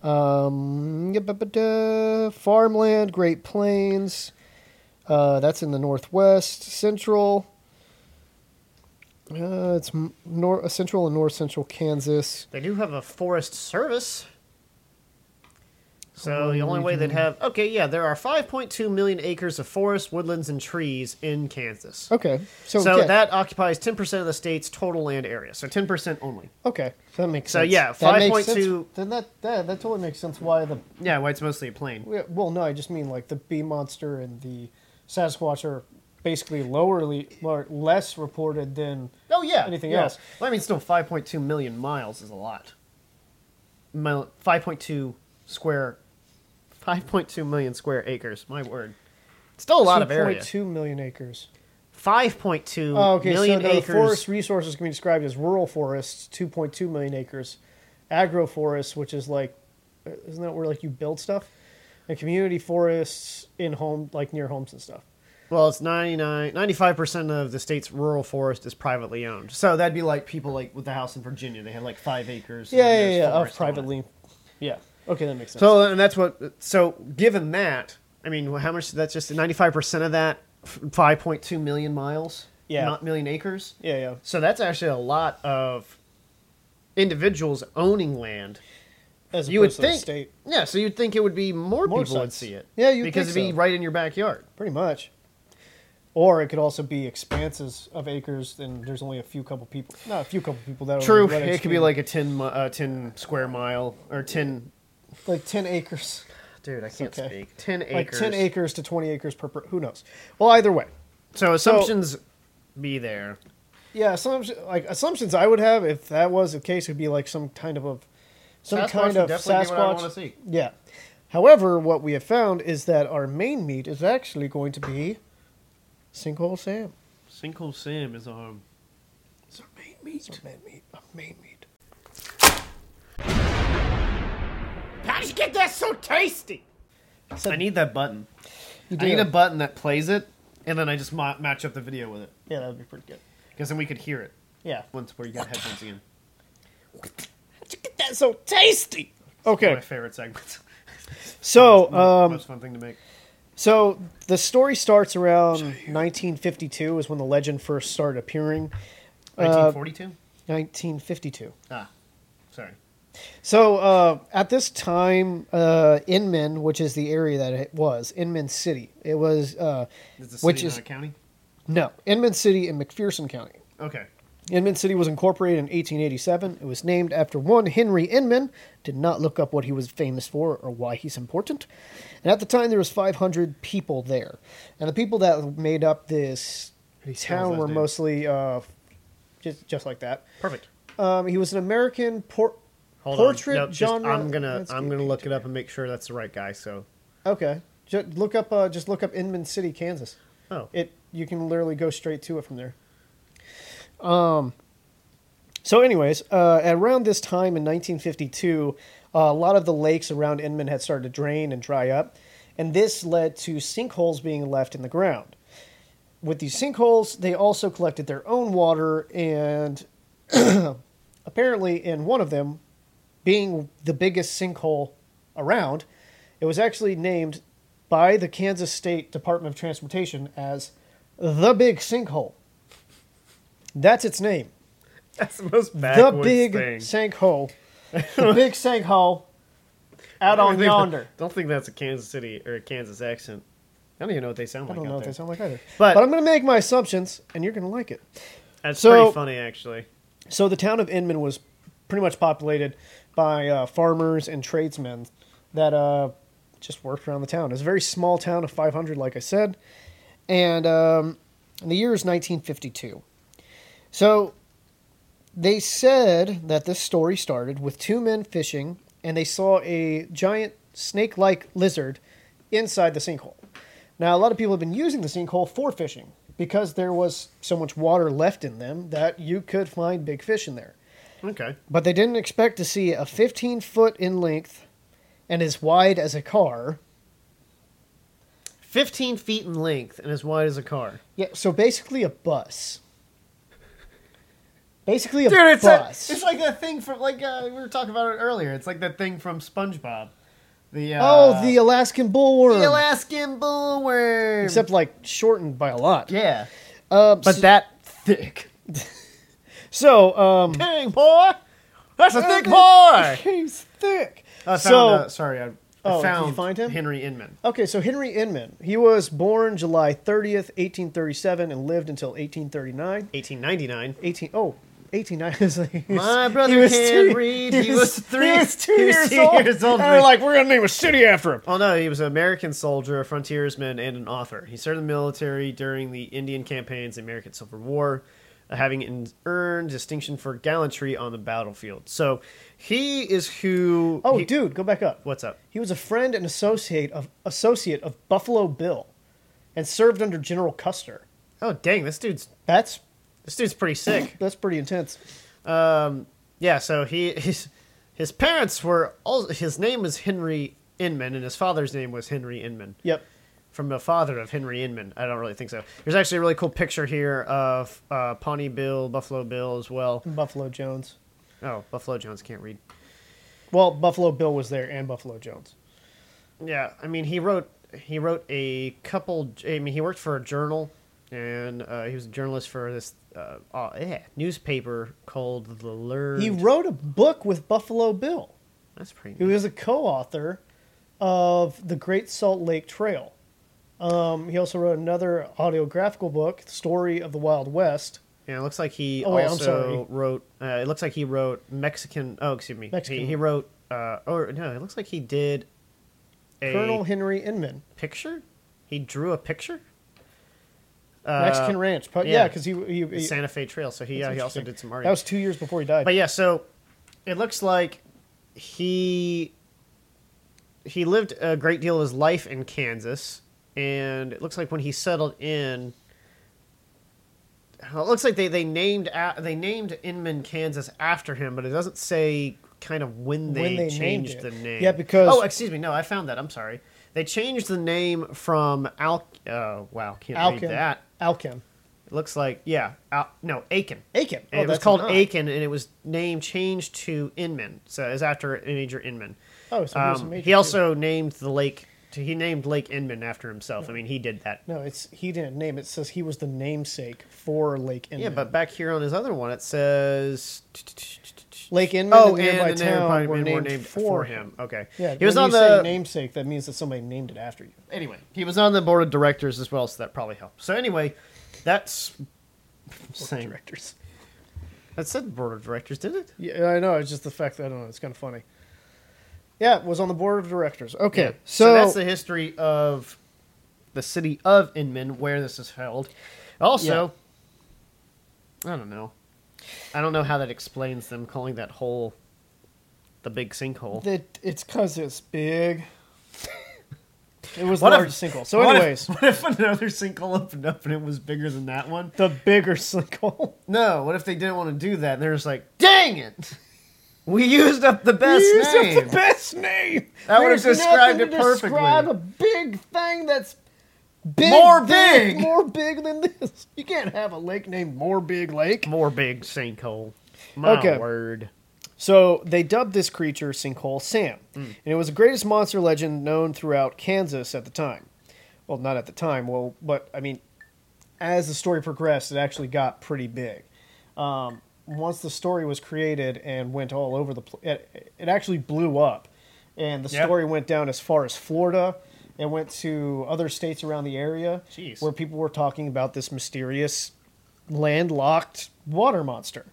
[SPEAKER 2] Um, yeah, but- but, uh, farmland, Great Plains. Uh, that's in the northwest, central. Uh, it's m- nor- central and north central Kansas.
[SPEAKER 1] They do have a forest service. So the only way they'd have okay, yeah, there are 5.2 million acres of forest, woodlands, and trees in Kansas.
[SPEAKER 2] Okay, so,
[SPEAKER 1] So,
[SPEAKER 2] yeah,
[SPEAKER 1] that occupies 10% of the state's total land area. So 10% only.
[SPEAKER 2] okay, so that makes
[SPEAKER 1] So,
[SPEAKER 2] sense.
[SPEAKER 1] yeah,
[SPEAKER 2] That makes
[SPEAKER 1] 5.2
[SPEAKER 2] sense. Then that, that that totally makes sense. Why the
[SPEAKER 1] Yeah, why it's mostly a plain.
[SPEAKER 2] well, no, I just mean like the bee monster and the Sasquatch are basically lowerly, or less reported than
[SPEAKER 1] Oh yeah.
[SPEAKER 2] Anything
[SPEAKER 1] yeah.
[SPEAKER 2] else?
[SPEAKER 1] Well, I mean, still 5.2 million miles is a lot. Mile, 5.2 square, 5.2 million square acres. My word, still a lot of area.
[SPEAKER 2] 2.2 million acres.
[SPEAKER 1] 5.2 million
[SPEAKER 2] Oh, okay. so the
[SPEAKER 1] acres.
[SPEAKER 2] forest resources can be described as rural forests, 2.2 million acres, agroforests, which is like, isn't that where like you build stuff, and community forests in home, like near homes and stuff.
[SPEAKER 1] Well, it's 99, 95% of the state's rural forest is privately owned. So that'd be like people like with the house in Virginia. They had like five acres. and
[SPEAKER 2] Yeah, yeah,
[SPEAKER 1] there's
[SPEAKER 2] yeah. Of
[SPEAKER 1] forest on it.
[SPEAKER 2] privately, yeah. Okay, that makes sense.
[SPEAKER 1] So, and that's what, so given that, I mean, how much, that's just 95% of that, f- 5.2 million miles,
[SPEAKER 2] Yeah.
[SPEAKER 1] not million acres.
[SPEAKER 2] yeah, yeah.
[SPEAKER 1] So that's actually a lot of individuals owning land.
[SPEAKER 2] As
[SPEAKER 1] You would
[SPEAKER 2] opposed to the
[SPEAKER 1] think,
[SPEAKER 2] state,
[SPEAKER 1] yeah. So you'd think it would be more,
[SPEAKER 2] More
[SPEAKER 1] people would
[SPEAKER 2] sites.
[SPEAKER 1] see it.
[SPEAKER 2] Yeah, you'd
[SPEAKER 1] because
[SPEAKER 2] think
[SPEAKER 1] it'd be
[SPEAKER 2] so.
[SPEAKER 1] right in your backyard.
[SPEAKER 2] pretty much. Or it could also be expanses of acres, and there's only a few couple people. Not a few couple people that.
[SPEAKER 1] True.
[SPEAKER 2] Are that
[SPEAKER 1] It could be
[SPEAKER 2] extreme.
[SPEAKER 1] like a 10, mi- uh, 10 square mile or 10.
[SPEAKER 2] like ten acres.
[SPEAKER 1] Dude, I can't
[SPEAKER 2] okay.
[SPEAKER 1] speak. 10 acres.
[SPEAKER 2] like 10 acres to 20 acres per, per who knows well either way
[SPEAKER 1] So assumptions be there.
[SPEAKER 2] yeah, assumption like assumptions I would have if that was the case would be like some kind of a some
[SPEAKER 1] Sasquatch
[SPEAKER 2] kind
[SPEAKER 1] would
[SPEAKER 2] of
[SPEAKER 1] definitely be what I wanna
[SPEAKER 2] Sasquatch.
[SPEAKER 1] see.
[SPEAKER 2] Yeah. However, what we have found is that our main meat is actually going to be Sinkhole Sam.
[SPEAKER 1] Sinkhole Sam is um, our.
[SPEAKER 2] It's our main meat. It's our main meat. Our main meat.
[SPEAKER 1] How did you get that so tasty?
[SPEAKER 2] Said-
[SPEAKER 1] I need that button.
[SPEAKER 2] You
[SPEAKER 1] I need
[SPEAKER 2] do.
[SPEAKER 1] a button that plays it, and then I just ma- match up the video with it.
[SPEAKER 2] Yeah, that would be pretty good.
[SPEAKER 1] Because then we could hear it
[SPEAKER 2] Yeah.
[SPEAKER 1] once where you got headphones again.
[SPEAKER 2] How'd you get that so tasty?
[SPEAKER 1] One
[SPEAKER 2] Okay,
[SPEAKER 1] of my favorite segments.
[SPEAKER 2] so um,
[SPEAKER 1] Most fun thing to make.
[SPEAKER 2] So the story starts around 1952 is when the legend first started appearing. uh,
[SPEAKER 1] 1942?
[SPEAKER 2] 1952.
[SPEAKER 1] ah, sorry.
[SPEAKER 2] So uh, at this time, uh, Inman, which is the area that it was, Inman City, it was, uh,
[SPEAKER 1] Is the city
[SPEAKER 2] which
[SPEAKER 1] not
[SPEAKER 2] is
[SPEAKER 1] a county?
[SPEAKER 2] no Inman City in McPherson County.
[SPEAKER 1] Okay.
[SPEAKER 2] Inman City was incorporated in 1887. It was named after one Henry Inman. Did not look up what he was famous for or why he's important. And at the time, there was 500 people there, and the people that made up this
[SPEAKER 1] his
[SPEAKER 2] town
[SPEAKER 1] last
[SPEAKER 2] were
[SPEAKER 1] name.
[SPEAKER 2] mostly uh, just just like that.
[SPEAKER 1] Perfect.
[SPEAKER 2] Um, he was an American por-
[SPEAKER 1] Hold
[SPEAKER 2] portrait
[SPEAKER 1] on. No, just-
[SPEAKER 2] genre.
[SPEAKER 1] I'm gonna I'm gonna
[SPEAKER 2] landscape
[SPEAKER 1] look it up and make sure that's the right guy. So,
[SPEAKER 2] painter. Okay, just look up. Uh, just look up Inman City, Kansas.
[SPEAKER 1] oh,
[SPEAKER 2] It you can literally go straight to it from there. Um. So, anyways, uh, at around this time in 1952, uh, a lot of the lakes around Inman had started to drain and dry up, and this led to sinkholes being left in the ground. With these sinkholes, they also collected their own water, and apparently, in one of them, being the biggest sinkhole around, it was actually named by the Kansas State Department of Transportation as the Big Sinkhole. That's its name.
[SPEAKER 1] that's the most
[SPEAKER 2] The
[SPEAKER 1] backwards
[SPEAKER 2] Big
[SPEAKER 1] thing.
[SPEAKER 2] Sinkhole. The Big Sinkhole out
[SPEAKER 1] I don't
[SPEAKER 2] on
[SPEAKER 1] think that-
[SPEAKER 2] yonder.
[SPEAKER 1] don't think that's a Kansas City or a Kansas accent. I don't even know what they sound
[SPEAKER 2] I
[SPEAKER 1] like.
[SPEAKER 2] don't
[SPEAKER 1] out
[SPEAKER 2] know what
[SPEAKER 1] there.
[SPEAKER 2] they sound like either.
[SPEAKER 1] But-
[SPEAKER 2] But, I'm going to make my assumptions, and you're going to like it.
[SPEAKER 1] That's
[SPEAKER 2] So-
[SPEAKER 1] pretty funny, actually.
[SPEAKER 2] So the town of Inman was pretty much populated by uh, farmers and tradesmen that uh, just worked around the town. It was a very small town of 500, like I said, and um, and the year is 1952. So they said that this story started with two men fishing, and they saw a giant snake-like lizard inside the sinkhole. Now, a lot of people have been using the sinkhole for fishing because there was so much water left in them that you could find big fish in there.
[SPEAKER 1] Okay.
[SPEAKER 2] But they didn't expect to see a 15 foot in length and as wide as a car.
[SPEAKER 1] 15 feet in length and as wide as a car.
[SPEAKER 2] Yeah, so basically a bus. Basically a
[SPEAKER 1] Dude, it's, a,
[SPEAKER 2] bus.
[SPEAKER 1] it's like that thing from, like, uh, we were talking about it earlier. It's like that thing from SpongeBob. The, uh,
[SPEAKER 2] oh, the Alaskan bullworm.
[SPEAKER 1] the Alaskan bullworm.
[SPEAKER 2] Except like shortened by a lot.
[SPEAKER 1] yeah.
[SPEAKER 2] Um,
[SPEAKER 1] But
[SPEAKER 2] so,
[SPEAKER 1] that thick.
[SPEAKER 2] so um,
[SPEAKER 1] Dang, boy! That's a thick boy!
[SPEAKER 2] he's thick.
[SPEAKER 1] I found,
[SPEAKER 2] so
[SPEAKER 1] uh, sorry, I, I
[SPEAKER 2] Oh, did you
[SPEAKER 1] found,
[SPEAKER 2] find him?
[SPEAKER 1] Henry Inman.
[SPEAKER 2] Okay, so Henry Inman. He was born July 30th, 1837, and lived until 1839.
[SPEAKER 1] 1899.
[SPEAKER 2] 18, oh, 1890.
[SPEAKER 1] My brother can't read. He was three-
[SPEAKER 2] He was two
[SPEAKER 1] he was
[SPEAKER 2] years,
[SPEAKER 1] two
[SPEAKER 2] old.
[SPEAKER 1] years old
[SPEAKER 2] And
[SPEAKER 1] when-
[SPEAKER 2] they're like, we're going to name a city after him.
[SPEAKER 1] Oh no, he was an American soldier, a frontiersman, and an author. He served in the military during the Indian campaigns, the American Civil War, uh, having in- earned distinction for gallantry on the battlefield. So he is who.
[SPEAKER 2] Oh,
[SPEAKER 1] he-
[SPEAKER 2] dude, go back up.
[SPEAKER 1] what's up?
[SPEAKER 2] He was a friend and associate of associate of Buffalo Bill and served under General Custer.
[SPEAKER 1] Oh dang, this dude's
[SPEAKER 2] That's
[SPEAKER 1] this dude's pretty sick.
[SPEAKER 2] that's pretty intense.
[SPEAKER 1] yeah, so he his his parents were all his name was Henry Inman, and his father's name was Henry Inman.
[SPEAKER 2] Yep.
[SPEAKER 1] from the father of Henry Inman. I don't really think so. There's actually a really cool picture here of uh, Pawnee Bill, Buffalo Bill as well.
[SPEAKER 2] Buffalo Jones.
[SPEAKER 1] Oh, Buffalo Jones can't read.
[SPEAKER 2] Well, Buffalo Bill was there and Buffalo Jones.
[SPEAKER 1] Yeah, I mean he wrote he wrote a couple. I mean he worked for a journal, and uh, he was a journalist for this uh, uh, yeah, newspaper called the Learned.
[SPEAKER 2] He wrote a book with Buffalo Bill.
[SPEAKER 1] That's pretty.
[SPEAKER 2] He
[SPEAKER 1] neat.
[SPEAKER 2] was a co-author of the Great Salt Lake Trail. Um, he also wrote another audiographical book, Story of the Wild West.
[SPEAKER 1] And it looks like he
[SPEAKER 2] Oh, wait, I'm
[SPEAKER 1] also
[SPEAKER 2] sorry.
[SPEAKER 1] wrote. Uh, it looks like he wrote Mexican. Oh, excuse me.
[SPEAKER 2] Mexican.
[SPEAKER 1] He, he wrote. Uh, or no, it looks like he did a
[SPEAKER 2] Colonel Henry Inman.
[SPEAKER 1] picture. He drew a picture. Uh,
[SPEAKER 2] Mexican Ranch. But yeah,
[SPEAKER 1] yeah.
[SPEAKER 2] because he, he,
[SPEAKER 1] the
[SPEAKER 2] he
[SPEAKER 1] Santa Fe Trail. So he uh, he also did some art.
[SPEAKER 2] That was two years before he died.
[SPEAKER 1] But yeah, so it looks like he he lived a great deal of his life in Kansas, and it looks like when he settled in, it looks like they they named a- they named Inman, Kansas after him, but it doesn't say kind of when they,
[SPEAKER 2] When they named
[SPEAKER 1] changed
[SPEAKER 2] it.
[SPEAKER 1] the name.
[SPEAKER 2] Yeah, because-
[SPEAKER 1] oh, excuse me, no, I found that. I'm sorry. They changed the name from Al. Oh wow, can't
[SPEAKER 2] Alkin.
[SPEAKER 1] read that.
[SPEAKER 2] Alkin.
[SPEAKER 1] It looks like yeah, Al, no Aiken.
[SPEAKER 2] Aiken.
[SPEAKER 1] And
[SPEAKER 2] Oh,
[SPEAKER 1] it was
[SPEAKER 2] that's
[SPEAKER 1] called
[SPEAKER 2] an I.
[SPEAKER 1] Aiken, and it was name changed to Inman. So it was after Major Inman.
[SPEAKER 2] Oh, so he was a
[SPEAKER 1] Um,
[SPEAKER 2] major
[SPEAKER 1] he
[SPEAKER 2] too.
[SPEAKER 1] also named the lake. He named Lake Inman after himself. I mean, he did that.
[SPEAKER 2] No, it's he didn't name it. It Says he was the namesake for Lake Inman.
[SPEAKER 1] Yeah, but back here on his other one, it says.
[SPEAKER 2] Lake Inman
[SPEAKER 1] Oh,
[SPEAKER 2] and the nearby
[SPEAKER 1] and the
[SPEAKER 2] town
[SPEAKER 1] nearby
[SPEAKER 2] were
[SPEAKER 1] men
[SPEAKER 2] named,
[SPEAKER 1] for him. Okay.
[SPEAKER 2] Yeah,
[SPEAKER 1] he was
[SPEAKER 2] when
[SPEAKER 1] on
[SPEAKER 2] you say
[SPEAKER 1] the
[SPEAKER 2] namesake. That means that somebody named it after you.
[SPEAKER 1] anyway. He was on the board of directors as well, so that probably helped. So anyway, that's same.
[SPEAKER 2] Directors.
[SPEAKER 1] That said, board of directors, did it?
[SPEAKER 2] Yeah, I know. It's just the fact that I don't know. It's kind of funny. Yeah, it was on the board of directors. Okay,
[SPEAKER 1] Yeah.
[SPEAKER 2] so,
[SPEAKER 1] that's the history of the city of Inman, where this is held. Also, I don't know. I don't know how that explains them calling that hole the big sinkhole.
[SPEAKER 2] that it's because it's big. It was
[SPEAKER 1] What
[SPEAKER 2] the
[SPEAKER 1] if-
[SPEAKER 2] largest sinkhole. So,
[SPEAKER 1] What if-
[SPEAKER 2] anyways,
[SPEAKER 1] what if, another sinkhole opened up and it was bigger than that one?
[SPEAKER 2] the bigger sinkhole.
[SPEAKER 1] No, what if they didn't want to do that? And they're just like, dang it! We used up the best
[SPEAKER 2] You used up
[SPEAKER 1] name.
[SPEAKER 2] the best name.
[SPEAKER 1] That would've
[SPEAKER 2] There's
[SPEAKER 1] described
[SPEAKER 2] nothing
[SPEAKER 1] it
[SPEAKER 2] to Describe
[SPEAKER 1] perfectly.
[SPEAKER 2] a big thing that's big,
[SPEAKER 1] More big.
[SPEAKER 2] more big than this. You can't have a lake named More Big Lake.
[SPEAKER 1] More big sinkhole. My
[SPEAKER 2] Okay.
[SPEAKER 1] word.
[SPEAKER 2] So they dubbed this creature Sinkhole Sam, and it was the greatest monster legend known throughout Kansas at the time. Well, not at the time. Well, but I mean, as the story progressed, it actually got pretty big. Um, once the story was created and went all over the, pl- it, it actually blew up, and the
[SPEAKER 1] Yep.
[SPEAKER 2] story went down as far as Florida. It went to other states around the area
[SPEAKER 1] Jeez.
[SPEAKER 2] where people were talking about this mysterious landlocked water monster.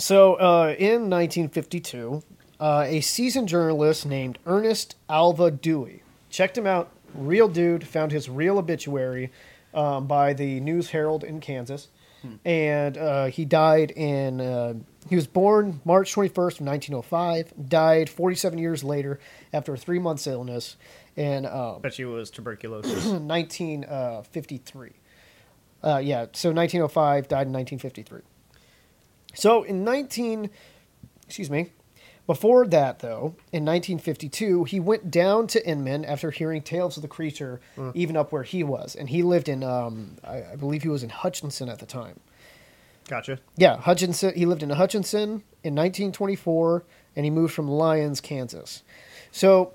[SPEAKER 2] So, uh, in 1952, uh, a seasoned journalist named Ernest Alva Dewey checked him out. Real dude found his real obituary um, by the News Herald in Kansas, and uh, he died in. Uh, he was born March 21st, of 1905. Died 47 years later after a three months illness in um,
[SPEAKER 1] Bet you it was tuberculosis.
[SPEAKER 2] 1953. Uh, yeah, so 1905 died in 1953. So in 19, excuse me, before that though, in 1952, he went down to Inman after hearing tales of the creature, even up where he was, and he lived in, um, I, I believe he was in Hutchinson at the time.
[SPEAKER 1] gotcha.
[SPEAKER 2] Yeah, Hutchinson. He lived in Hutchinson in 1924, and he moved from Lyons, Kansas. So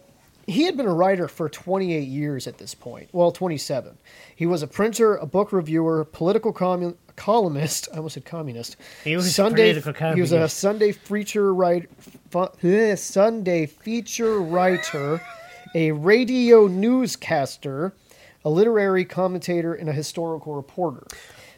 [SPEAKER 2] he had been a writer for 28 years at this point. Well, 27. He was a printer, a book reviewer, political commun- columnist. I almost said communist.
[SPEAKER 1] He was a political
[SPEAKER 2] He was a
[SPEAKER 1] communist.
[SPEAKER 2] Sunday feature writer. Sunday feature writer, a radio newscaster, a literary commentator, and a historical reporter.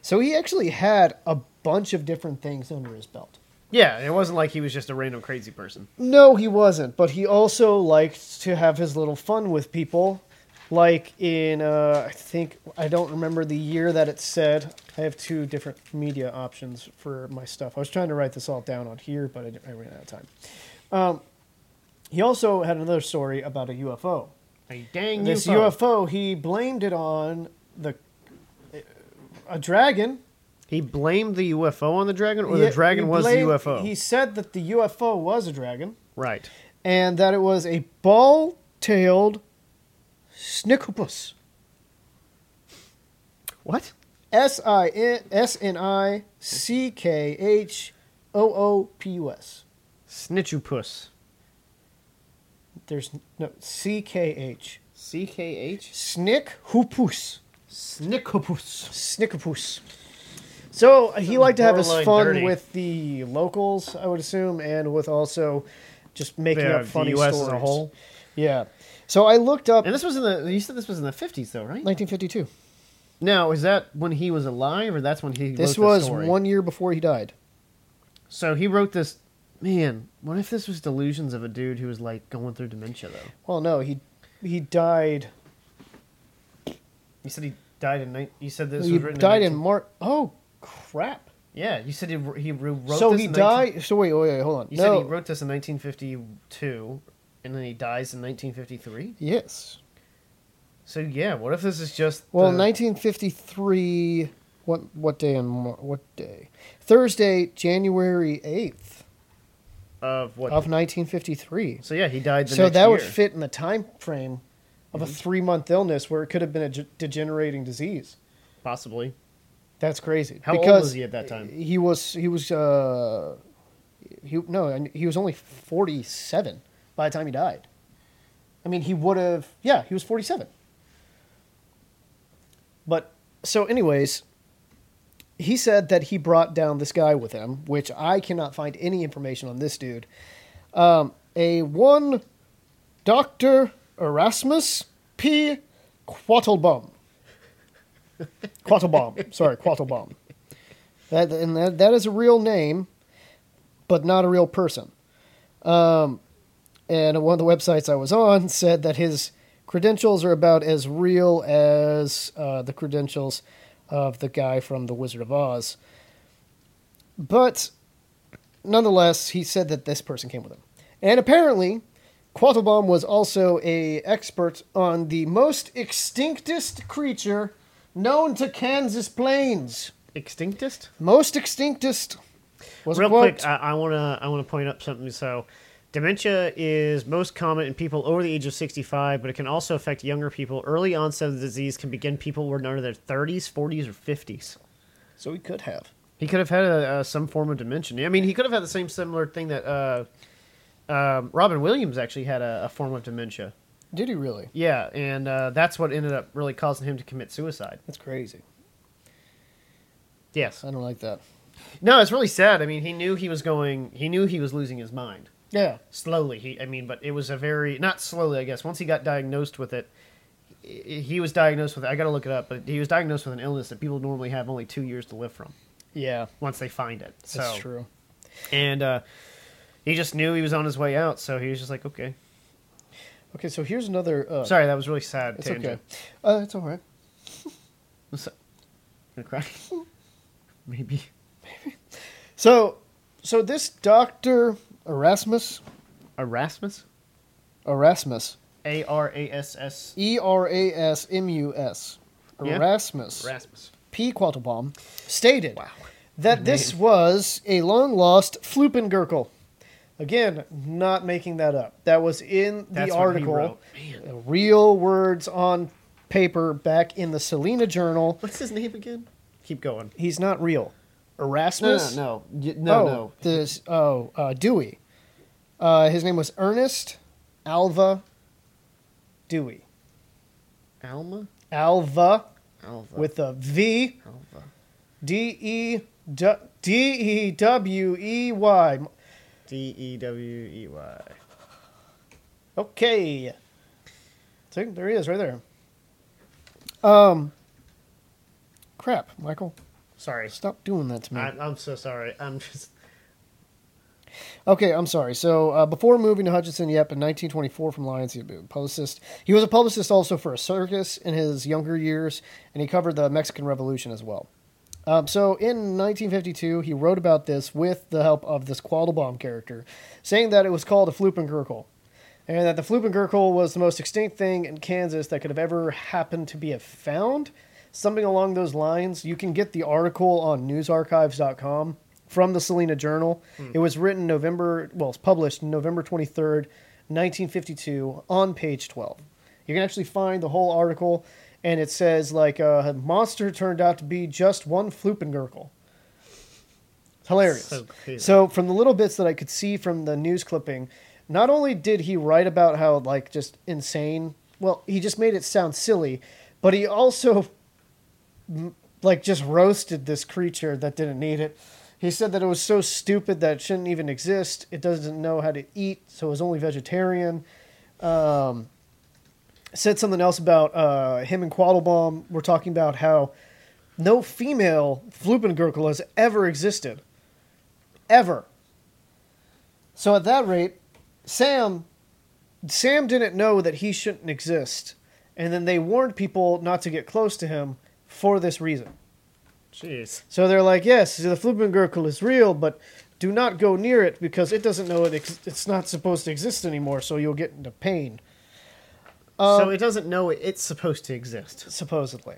[SPEAKER 2] So he actually had a bunch of different things under his belt.
[SPEAKER 1] Yeah, it wasn't like he was just a random crazy person.
[SPEAKER 2] No, he wasn't, but he also liked to have his little fun with people. Like in, uh, I think, I don't remember the year that it said. I have two different media options for my stuff. I was trying to write this all down on here, but I, didn't- I ran out of time. Um, he also had another story about a UFO.
[SPEAKER 1] A dang
[SPEAKER 2] This
[SPEAKER 1] UFO.
[SPEAKER 2] UFO, he blamed it on the uh, a dragon
[SPEAKER 1] He blamed the UFO on the dragon, or
[SPEAKER 2] Yeah,
[SPEAKER 1] the dragon
[SPEAKER 2] he
[SPEAKER 1] was
[SPEAKER 2] blamed-
[SPEAKER 1] the UFO.
[SPEAKER 2] He said that the UFO was a dragon
[SPEAKER 1] Right.
[SPEAKER 2] and that it was a ball tailed snickopus.
[SPEAKER 1] What?
[SPEAKER 2] S I N S N I C K H O O P U S.
[SPEAKER 1] Snitchupus.
[SPEAKER 2] There's no C K H.
[SPEAKER 1] C K H.
[SPEAKER 2] Snick hoopus.
[SPEAKER 1] Snickupus.
[SPEAKER 2] Snickapus. So he liked to have his
[SPEAKER 1] borderline
[SPEAKER 2] fun
[SPEAKER 1] dirty.
[SPEAKER 2] with the locals, I would assume, and with also just making
[SPEAKER 1] Yeah,
[SPEAKER 2] up
[SPEAKER 1] the
[SPEAKER 2] funny
[SPEAKER 1] US as a
[SPEAKER 2] stories.
[SPEAKER 1] whole.
[SPEAKER 2] Yeah. So I looked up
[SPEAKER 1] And this was in the. You said this was in the fifties, though, right?
[SPEAKER 2] 1952.
[SPEAKER 1] now, is that when he was alive, or that's when he?
[SPEAKER 2] This
[SPEAKER 1] wrote the
[SPEAKER 2] was
[SPEAKER 1] story?
[SPEAKER 2] one year before he died.
[SPEAKER 1] So he wrote this. Man, what if this was delusions of a dude who was like going through dementia? Though
[SPEAKER 2] Well, no, he he died.
[SPEAKER 1] you said he died in. nine- You said this
[SPEAKER 2] he
[SPEAKER 1] was written.
[SPEAKER 2] died in
[SPEAKER 1] 19
[SPEAKER 2] Mar. Oh crap!
[SPEAKER 1] yeah, you said he, wr- he re- wrote.
[SPEAKER 2] so
[SPEAKER 1] this
[SPEAKER 2] he
[SPEAKER 1] in 19
[SPEAKER 2] died. So wait, wait, wait, hold on.
[SPEAKER 1] you
[SPEAKER 2] no.
[SPEAKER 1] said he wrote this in 1952, and then he dies in 1953.
[SPEAKER 2] yes.
[SPEAKER 1] So yeah, what if this is just
[SPEAKER 2] Well,
[SPEAKER 1] the-
[SPEAKER 2] 1953. What what day on Mar- what day? Thursday, January 8th
[SPEAKER 1] of what?
[SPEAKER 2] of 1953.
[SPEAKER 1] so yeah, he died. The
[SPEAKER 2] So
[SPEAKER 1] next
[SPEAKER 2] that would
[SPEAKER 1] year. Mm-hmm.
[SPEAKER 2] fit in the time frame of a three month illness where it could have been a ge- degenerating disease.
[SPEAKER 1] possibly.
[SPEAKER 2] That's crazy.
[SPEAKER 1] How old
[SPEAKER 2] because
[SPEAKER 1] was he at that time?
[SPEAKER 2] He was he was uh he no and he was only forty seven by the time he died. I mean, he would have yeah he was forty seven. But so, anyways, he said that he brought down this guy with him, which I cannot find any information on this dude. Um, a one, Doctor Erasmus P. Quattlebaum. Quattlebaum. Sorry, Quattlebaum. That and that, that is a real name, but not a real person. Um, and one of the websites I was on said that his credentials are about as real as uh, the credentials of the guy from The Wizard of Oz. But nonetheless, he said that this person came with him, and apparently. Quattlebaum was also a expert on the most extinctest creature known to Kansas plains
[SPEAKER 1] Extinctist.
[SPEAKER 2] most extinctist was
[SPEAKER 1] Real
[SPEAKER 2] a quote.
[SPEAKER 1] quick, uh, I, I wanna I wanna point up something. So, dementia is most common in people over the age of sixty five, but it can also affect younger people. Early onset of the disease can begin people who are under their thirties, forties, or fifties.
[SPEAKER 2] so he could have.
[SPEAKER 1] He could have had a, uh, some form of dementia. I mean, he could have had the same similar thing that uh, um, Robin Williams actually had a, a form of dementia.
[SPEAKER 2] Did he really?
[SPEAKER 1] Yeah, and uh, that's what ended up really causing him to commit suicide.
[SPEAKER 2] That's crazy.
[SPEAKER 1] Yes.
[SPEAKER 2] I don't like that.
[SPEAKER 1] No, it's really sad. I mean, he knew he was going. He knew he was losing his mind.
[SPEAKER 2] Yeah.
[SPEAKER 1] slowly he i mean but it was a very not slowly i guess once he got diagnosed with it he he was diagnosed with i gotta look it up but he was diagnosed with an illness that people normally have only two years to live from
[SPEAKER 2] Yeah.
[SPEAKER 1] once they find it so
[SPEAKER 2] That's true.
[SPEAKER 1] and uh he just knew he was on his way out so he was just like okay
[SPEAKER 2] Okay, so here's another. Uh,
[SPEAKER 1] sorry that was really sad
[SPEAKER 2] It's
[SPEAKER 1] tangent.
[SPEAKER 2] okay. Uh, it's all right.
[SPEAKER 1] I'm so- I'm gonna cry maybe
[SPEAKER 2] So, so this Doctor Erasmus,
[SPEAKER 1] erasmus
[SPEAKER 2] Erasmus,
[SPEAKER 1] a-r-a-s-s
[SPEAKER 2] E R A S M U S,
[SPEAKER 1] Yeah.
[SPEAKER 2] Erasmus.
[SPEAKER 1] erasmus
[SPEAKER 2] P. Quattlebaum stated that this was a long lost Flupengurkel. Again, not making that up. That was in the
[SPEAKER 1] That's what he
[SPEAKER 2] article.
[SPEAKER 1] wrote. Man.
[SPEAKER 2] Uh, Real words on paper back in the Selena Journal.
[SPEAKER 1] what's his name again keep going
[SPEAKER 2] He's not real. Erasmus?
[SPEAKER 1] no
[SPEAKER 2] oh, This, oh, uh, Dewey. Uh, his name was Ernest Alva Dewey.
[SPEAKER 1] alma
[SPEAKER 2] Alva
[SPEAKER 1] alva
[SPEAKER 2] with a V
[SPEAKER 1] alva
[SPEAKER 2] D E du- D E W E Y.
[SPEAKER 1] D E W E Y.
[SPEAKER 2] Okay. See, there he is, right there. Um. Crap, Michael,
[SPEAKER 1] Sorry.
[SPEAKER 2] stop doing that to me.
[SPEAKER 1] I, I'm so sorry. I'm just.
[SPEAKER 2] Okay, I'm sorry. So uh, before moving to Hutchinson, yep, in 1924 from Lyons, he was a publicist. He was a publicist also for a circus in his younger years, and he covered the Mexican Revolution as well. Um, so in 1952, he wrote about this with the help of this Quattlebaum character, saying that it was called a flupengurkel, and that the flupengurkel was the most extinct thing in Kansas that could have ever happened to be have found. Something along those lines. You can get the article on newsarchives.com from the Selena Journal. It was written November, well, it's published November 23rd, 1952, on page 12. You can actually find the whole article, and it says, like, uh, monster turned out to be just one flupengurkel. Hilarious.
[SPEAKER 1] So crazy.
[SPEAKER 2] so, from the little bits that I could see from the news clipping, not only did he write about how, like, just insane, well, he just made it sound silly, but he also like just roasted this creature that didn't need it. He said that it was so stupid that it shouldn't even exist. It doesn't know how to eat, so it was only vegetarian. Um, said something else about uh, him and Quattlebaum were talking about how no female Flupengurkel has ever existed. Ever. So at that rate, Sam Sam didn't know that he shouldn't exist, and then they warned people not to get close to him, for this reason.
[SPEAKER 1] Jeez.
[SPEAKER 2] So they're like, yes, the Flubengurkle is real, but do not go near it because it doesn't know it ex- it's not supposed to exist anymore, so you'll get into pain, Um,
[SPEAKER 1] so it doesn't know it's supposed to exist.
[SPEAKER 2] supposedly.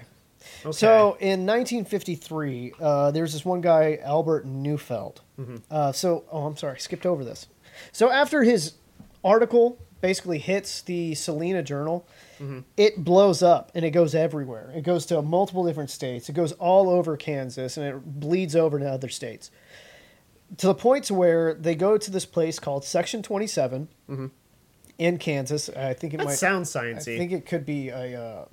[SPEAKER 1] Okay.
[SPEAKER 2] So in 1953, uh, there's this one guy, Albert Neufeld.
[SPEAKER 1] Mm-hmm.
[SPEAKER 2] Uh, so, oh, I'm sorry, skipped over this. So after his article basically hits the Selena Journal,
[SPEAKER 1] Mm-hmm.
[SPEAKER 2] it blows up and it goes everywhere. It goes to multiple different states. It goes all over Kansas and it bleeds over to other states. To the point to where they go to this place called Section 27 in Kansas. I think it
[SPEAKER 1] that
[SPEAKER 2] might
[SPEAKER 1] Mm-hmm. sounds
[SPEAKER 2] I
[SPEAKER 1] sciencey.
[SPEAKER 2] think it could be a uh,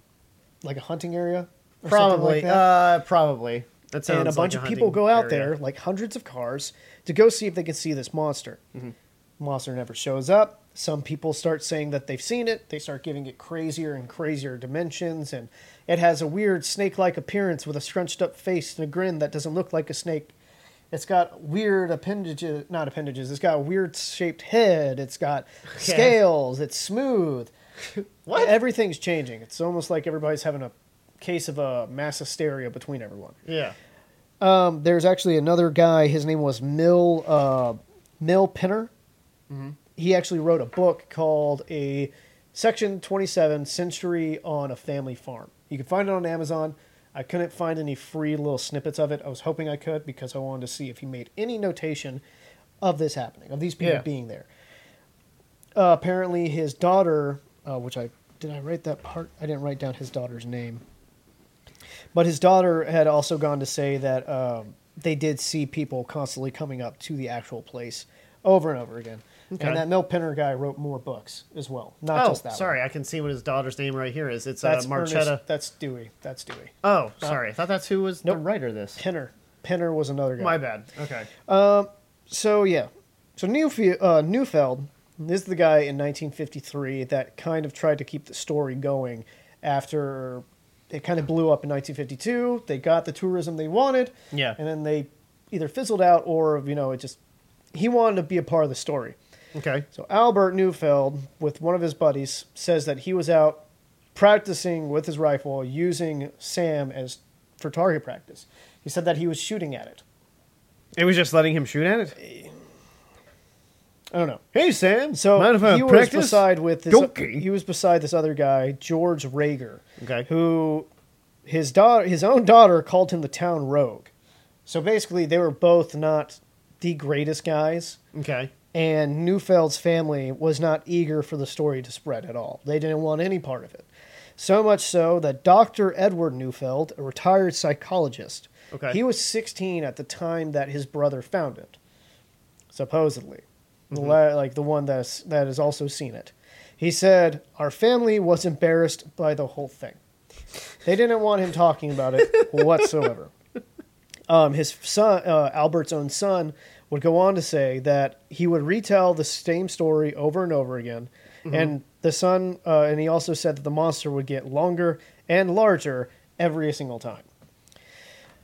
[SPEAKER 2] like a hunting area. or something
[SPEAKER 1] probably.
[SPEAKER 2] like that
[SPEAKER 1] uh, probably. That sounds
[SPEAKER 2] and a
[SPEAKER 1] like
[SPEAKER 2] bunch of
[SPEAKER 1] hunting
[SPEAKER 2] people go out
[SPEAKER 1] area.
[SPEAKER 2] there, like hundreds of cars, to go see if they can see this monster.
[SPEAKER 1] Mm-hmm.
[SPEAKER 2] Monster never shows up. Some people start saying that they've seen it. They start giving it crazier and crazier dimensions, and it has a weird snake-like appearance with a scrunched-up face and a grin that doesn't look like a snake. It's got weird appendages, not appendages. It's got a weird shaped head. It's got scales. It's smooth.
[SPEAKER 1] What?
[SPEAKER 2] Everything's changing. It's almost like everybody's having a case of a mass hysteria between everyone
[SPEAKER 1] Yeah.
[SPEAKER 2] um, there's actually another guy. His name was Mill uh, Mill Pinner.
[SPEAKER 1] Mm-hmm.
[SPEAKER 2] He actually wrote a book called "A Section 27 Century on a Family Farm." You can find it on Amazon. I couldn't find any free little snippets of it. I was hoping I could because I wanted to see if he made any notation of this happening, of these people
[SPEAKER 1] Yeah.
[SPEAKER 2] being there. Uh, apparently, his daughter, uh, which I did I write that part? I didn't write down his daughter's name. But his daughter had also gone to say that um, they did see people constantly coming up to the actual place over and over again.
[SPEAKER 1] Okay.
[SPEAKER 2] And that Mel Pinner guy wrote more books as well, not
[SPEAKER 1] Oh,
[SPEAKER 2] just that.
[SPEAKER 1] sorry.
[SPEAKER 2] one.
[SPEAKER 1] I can see what his daughter's name right here is. It's
[SPEAKER 2] that's
[SPEAKER 1] uh,
[SPEAKER 2] Ernest-
[SPEAKER 1] Marchetta.
[SPEAKER 2] that's Dewey. That's Dewey.
[SPEAKER 1] Oh, sorry. I thought that's who was the
[SPEAKER 2] Nope.
[SPEAKER 1] writer of this.
[SPEAKER 2] Pinner. Pinner was another guy.
[SPEAKER 1] My bad. Okay.
[SPEAKER 2] Uh, So yeah, so Neufeld, uh, Neufeld is the guy in 1953 that kind of tried to keep the story going after it kind of blew up in 1952. They got the tourism they wanted,
[SPEAKER 1] Yeah.
[SPEAKER 2] and then they either fizzled out or you know it just he wanted to be a part of the story.
[SPEAKER 1] okay.
[SPEAKER 2] So Albert Neufeld, with one of his buddies, says that he was out practicing with his rifle, using Sam as for target practice. He said that he was shooting at it.
[SPEAKER 1] It was just letting him shoot at it.
[SPEAKER 2] I don't know.
[SPEAKER 1] Hey, Sam.
[SPEAKER 2] So
[SPEAKER 1] mind if I
[SPEAKER 2] he was
[SPEAKER 1] practice?
[SPEAKER 2] beside with this,
[SPEAKER 1] Donkey.
[SPEAKER 2] he was beside this other guy, George Rager,
[SPEAKER 1] Okay.
[SPEAKER 2] who his daughter, his own daughter, called him the town rogue. So basically, they were both not the greatest guys,
[SPEAKER 1] Okay.
[SPEAKER 2] and Neufeld's family was not eager for the story to spread at all. They didn't want any part of it. So much so that Dr. Edward Neufeld, a retired psychologist,
[SPEAKER 1] Okay.
[SPEAKER 2] he was 16 at the time that his brother found it, supposedly. The la- like the one that's, that has also seen it. He said, Our family was embarrassed by the whole thing. They didn't want him talking about it whatsoever. Um, his son, uh, Albert's own son, would go on to say that he would retell the same story over and over again,
[SPEAKER 1] Mm-hmm.
[SPEAKER 2] and the son, uh, and he also said that the monster would get longer and larger every single time.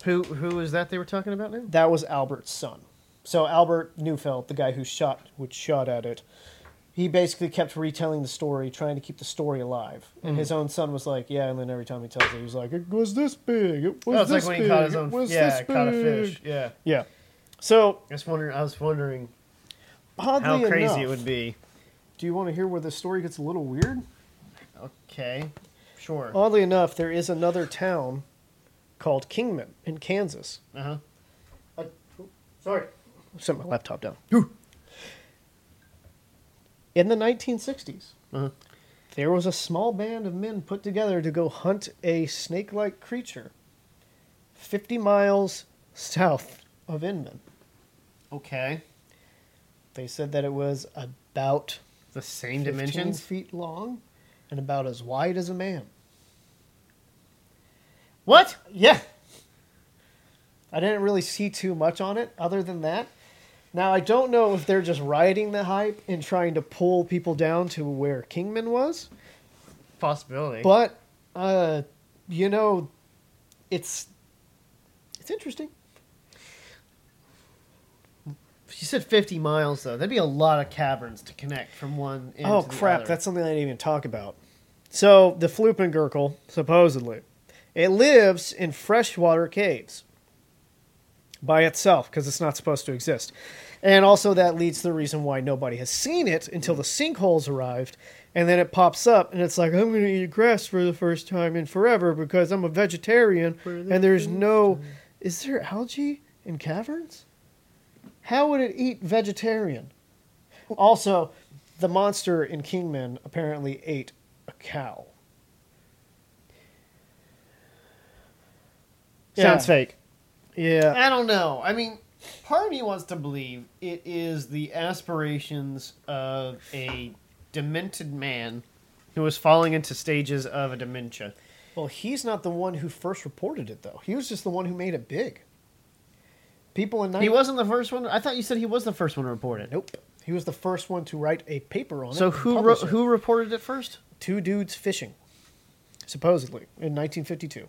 [SPEAKER 1] Who who is that they were talking about now?
[SPEAKER 2] That was Albert's son. So Albert Neufeld, the guy who shot, which shot at it, he basically kept retelling the story, trying to keep the story alive.
[SPEAKER 1] Mm-hmm.
[SPEAKER 2] And his own son was like, "Yeah," and then every time he tells it, he's like, "It was this big. It was
[SPEAKER 1] Oh, it's
[SPEAKER 2] this
[SPEAKER 1] like when
[SPEAKER 2] big.
[SPEAKER 1] he caught his
[SPEAKER 2] it
[SPEAKER 1] own.
[SPEAKER 2] was
[SPEAKER 1] Yeah,
[SPEAKER 2] this
[SPEAKER 1] caught a
[SPEAKER 2] big."
[SPEAKER 1] fish. Yeah.
[SPEAKER 2] Yeah. So
[SPEAKER 1] I was wondering. I was wondering
[SPEAKER 2] oddly
[SPEAKER 1] how crazy
[SPEAKER 2] enough,
[SPEAKER 1] it would be.
[SPEAKER 2] do you want to hear where the story gets a little weird?
[SPEAKER 1] Okay. Sure. Uh
[SPEAKER 2] Oddly enough, there is another town called Kingman in Kansas.
[SPEAKER 1] huh. sorry.
[SPEAKER 2] Set my laptop down. In the 1960s,
[SPEAKER 1] Uh-huh.
[SPEAKER 2] there was a small band of men put together to go hunt a snake like creature 50 miles south of Inman.
[SPEAKER 1] Okay.
[SPEAKER 2] They said that it was about
[SPEAKER 1] The same
[SPEAKER 2] 15
[SPEAKER 1] dimensions.
[SPEAKER 2] feet long and about as wide as a man.
[SPEAKER 1] What?
[SPEAKER 2] Yeah. I didn't really see too much on it other than that. Now, I don't know if they're just riding the hype and trying to pull people down to where Kingman was,
[SPEAKER 1] Possibility.
[SPEAKER 2] but, uh, you know, it's it's interesting.
[SPEAKER 1] you said fifty miles though. That'd be a lot of caverns to connect from one. End
[SPEAKER 2] oh,
[SPEAKER 1] to the
[SPEAKER 2] crap.
[SPEAKER 1] other.
[SPEAKER 2] That's something I didn't even talk about. So, the Flupengurkle, supposedly, It lives in freshwater caves by itself because it's not supposed to exist. And also, that leads to the reason why nobody has seen it until the sinkholes arrived. And then it pops up, and it's like, I'm going to eat grass for the first time in forever because I'm a vegetarian. and there's no. Is there algae in caverns? How would it eat vegetarian? Also, the monster in Kingman apparently ate a cow.
[SPEAKER 1] Sounds
[SPEAKER 2] Yeah.
[SPEAKER 1] fake.
[SPEAKER 2] Yeah.
[SPEAKER 1] I don't know. I mean, part of me wants to believe it is the aspirations of a demented man who is falling into stages of a dementia.
[SPEAKER 2] Well, he's not the one who first reported it, though. He was just the one who made it big. People in 90-
[SPEAKER 1] He wasn't the first one. I thought you said he was the first one to report it.
[SPEAKER 2] Nope. He was the first one to write a paper on it.
[SPEAKER 1] So
[SPEAKER 2] and
[SPEAKER 1] who wrote,
[SPEAKER 2] publish it.
[SPEAKER 1] who reported it first?
[SPEAKER 2] Two dudes fishing, supposedly in 1952.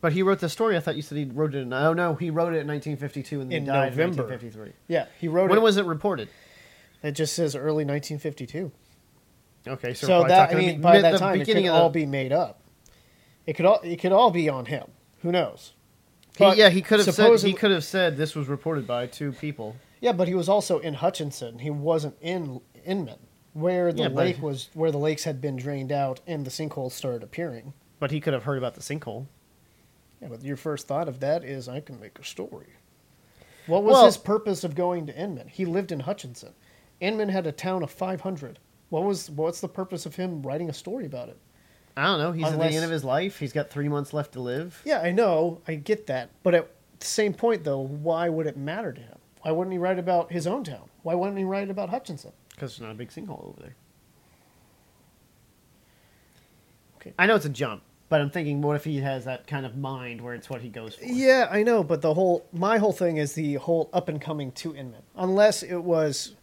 [SPEAKER 1] But he wrote the story. I thought you said he wrote it. In, oh no, he wrote it in 1952 and then
[SPEAKER 2] In
[SPEAKER 1] died
[SPEAKER 2] November.
[SPEAKER 1] in 1953.
[SPEAKER 2] Yeah, he wrote
[SPEAKER 1] When
[SPEAKER 2] it.
[SPEAKER 1] was it reported?
[SPEAKER 2] it just says early 1952.
[SPEAKER 1] Okay, so,
[SPEAKER 2] So,
[SPEAKER 1] probably
[SPEAKER 2] that
[SPEAKER 1] talking
[SPEAKER 2] I
[SPEAKER 1] to
[SPEAKER 2] mean,
[SPEAKER 1] the-
[SPEAKER 2] by
[SPEAKER 1] the
[SPEAKER 2] that time, it could
[SPEAKER 1] beginning of the-
[SPEAKER 2] all be made up. It could all it could all be on him. Who knows?
[SPEAKER 1] He-
[SPEAKER 2] But
[SPEAKER 1] yeah, he could have said he
[SPEAKER 2] supposedly-
[SPEAKER 1] could have said this was reported by two people.
[SPEAKER 2] Yeah, but he was also in Hutchinson. He wasn't in Inman, where the
[SPEAKER 1] Yeah, but-
[SPEAKER 2] lake was, where the lakes had been drained out and the sinkholes started appearing.
[SPEAKER 1] But he could have heard about the sinkhole.
[SPEAKER 2] Yeah, but your first thought of that is, I can make a story. What was
[SPEAKER 1] Well-
[SPEAKER 2] his purpose of going to Inman? He lived in Hutchinson. Inman had a town of five hundred. What was what's the purpose of him writing a story about it?
[SPEAKER 1] I don't know. He's at
[SPEAKER 2] Unless-
[SPEAKER 1] the end of his life. He's got three months left to live.
[SPEAKER 2] Yeah, I know, I get that, but at the same point though, why would it matter to him? Why wouldn't he write about his own town? Why wouldn't he write about Hutchinson?
[SPEAKER 1] Because there's not a big sinkhole over there.
[SPEAKER 2] Okay.
[SPEAKER 1] I know it's a jump, but I'm thinking, what if he has that kind of mind where it's what he goes for?
[SPEAKER 2] Yeah, I know, but the whole my whole thing is the whole up and coming to Inman, unless it was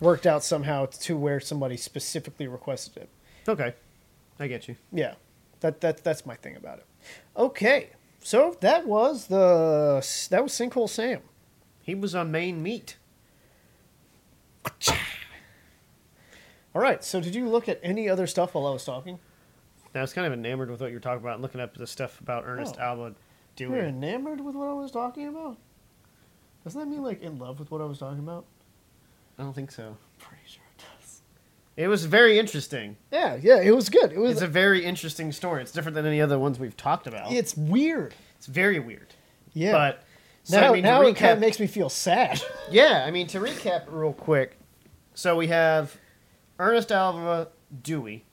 [SPEAKER 2] worked out somehow to where somebody specifically requested it.
[SPEAKER 1] Okay, I get you.
[SPEAKER 2] Yeah, that that that's my thing about it. Okay, so that was the that was Sinkhole Sam.
[SPEAKER 1] He was on main meat.
[SPEAKER 2] All right, so did you look at any other stuff while I was talking?
[SPEAKER 1] Now, I was kind of enamored with what you were talking about, and looking up the stuff about Ernest
[SPEAKER 2] Oh.
[SPEAKER 1] Alba
[SPEAKER 2] You were
[SPEAKER 1] doing.
[SPEAKER 2] enamored with what I was talking about. Doesn't that mean like in love with what I was talking about?
[SPEAKER 1] I don't think so.
[SPEAKER 2] Pretty sure it does.
[SPEAKER 1] It was very interesting.
[SPEAKER 2] Yeah, yeah, it was good. It was.
[SPEAKER 1] It's a very interesting story. It's different than any other ones we've talked about.
[SPEAKER 2] it's weird.
[SPEAKER 1] It's very weird.
[SPEAKER 2] Yeah.
[SPEAKER 1] But so,
[SPEAKER 2] now,
[SPEAKER 1] I mean, to
[SPEAKER 2] now it kind
[SPEAKER 1] recap-
[SPEAKER 2] of makes me feel sad.
[SPEAKER 1] Yeah, I mean to recap real quick. So we have Ernest Alva Dewey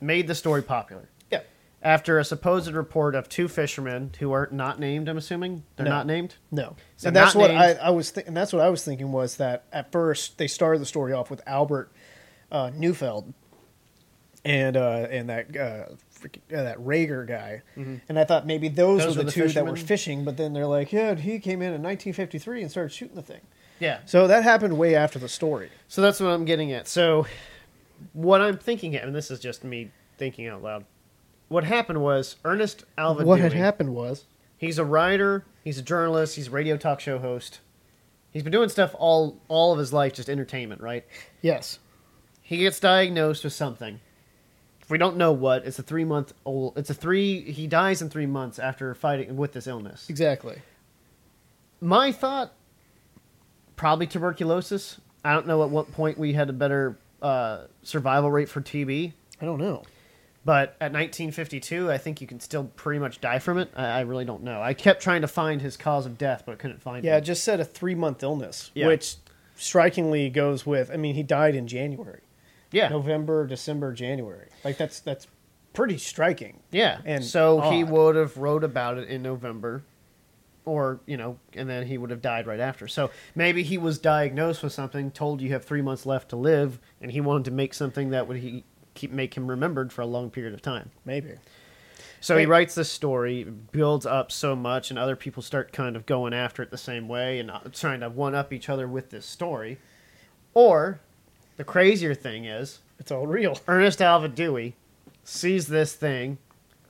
[SPEAKER 1] made the story popular
[SPEAKER 2] yeah.
[SPEAKER 1] after a supposed report of two fishermen who are not named. I'm assuming they're
[SPEAKER 2] No.
[SPEAKER 1] not named.
[SPEAKER 2] No.
[SPEAKER 1] So
[SPEAKER 2] and that's
[SPEAKER 1] not
[SPEAKER 2] what I,
[SPEAKER 1] named-
[SPEAKER 2] I was thi- and that's what I was thinking was that at first they started the story off with Albert uh, Neufeld and uh, and that uh, freaking, uh, that Rager guy, and I thought maybe those, were the, two that were
[SPEAKER 1] fishermen?
[SPEAKER 2] fishing, but then they're like, yeah, he came in in 1953 and started shooting the thing.
[SPEAKER 1] Yeah.
[SPEAKER 2] So that happened way after the story.
[SPEAKER 1] So that's what I'm getting at. So what I'm thinking, and this is just me thinking out loud. What happened was Ernest Alva.
[SPEAKER 2] what
[SPEAKER 1] Dewey,
[SPEAKER 2] had happened was
[SPEAKER 1] He's a writer. He's a journalist. He's a radio talk show host. He's been doing stuff all all of his life, just entertainment, right?
[SPEAKER 2] yes,
[SPEAKER 1] He gets diagnosed with something. If we don't know what, it's a three month old. It's a three. He dies in three months after fighting with this illness.
[SPEAKER 2] exactly.
[SPEAKER 1] My thought, probably tuberculosis. I don't know at what point we had a better uh, survival rate for TB,
[SPEAKER 2] I don't know.
[SPEAKER 1] but at 1952, I think you can still pretty much die from it. I, I really don't know. I kept trying to find his cause of death, but couldn't find
[SPEAKER 2] Yeah,
[SPEAKER 1] it.
[SPEAKER 2] it just said a three month illness,
[SPEAKER 1] Yeah.
[SPEAKER 2] which strikingly goes with. I mean, he died in January.
[SPEAKER 1] yeah,
[SPEAKER 2] November, December, January. Like that's that's pretty striking.
[SPEAKER 1] Yeah.
[SPEAKER 2] And
[SPEAKER 1] so he
[SPEAKER 2] odd.
[SPEAKER 1] would have wrote about it in November or, you know, and then he would have died right after. So maybe he was diagnosed with something, told you have 3 months left to live, and he wanted to make something that would he keep make him remembered for a long period of time.
[SPEAKER 2] Maybe.
[SPEAKER 1] So he
[SPEAKER 2] Hey.
[SPEAKER 1] writes this story, builds up so much and other people start kind of going after it the same way and uh, trying to one up each other with this story. Or the crazier thing is
[SPEAKER 2] It's all real.
[SPEAKER 1] Ernest Alva Dewey sees this thing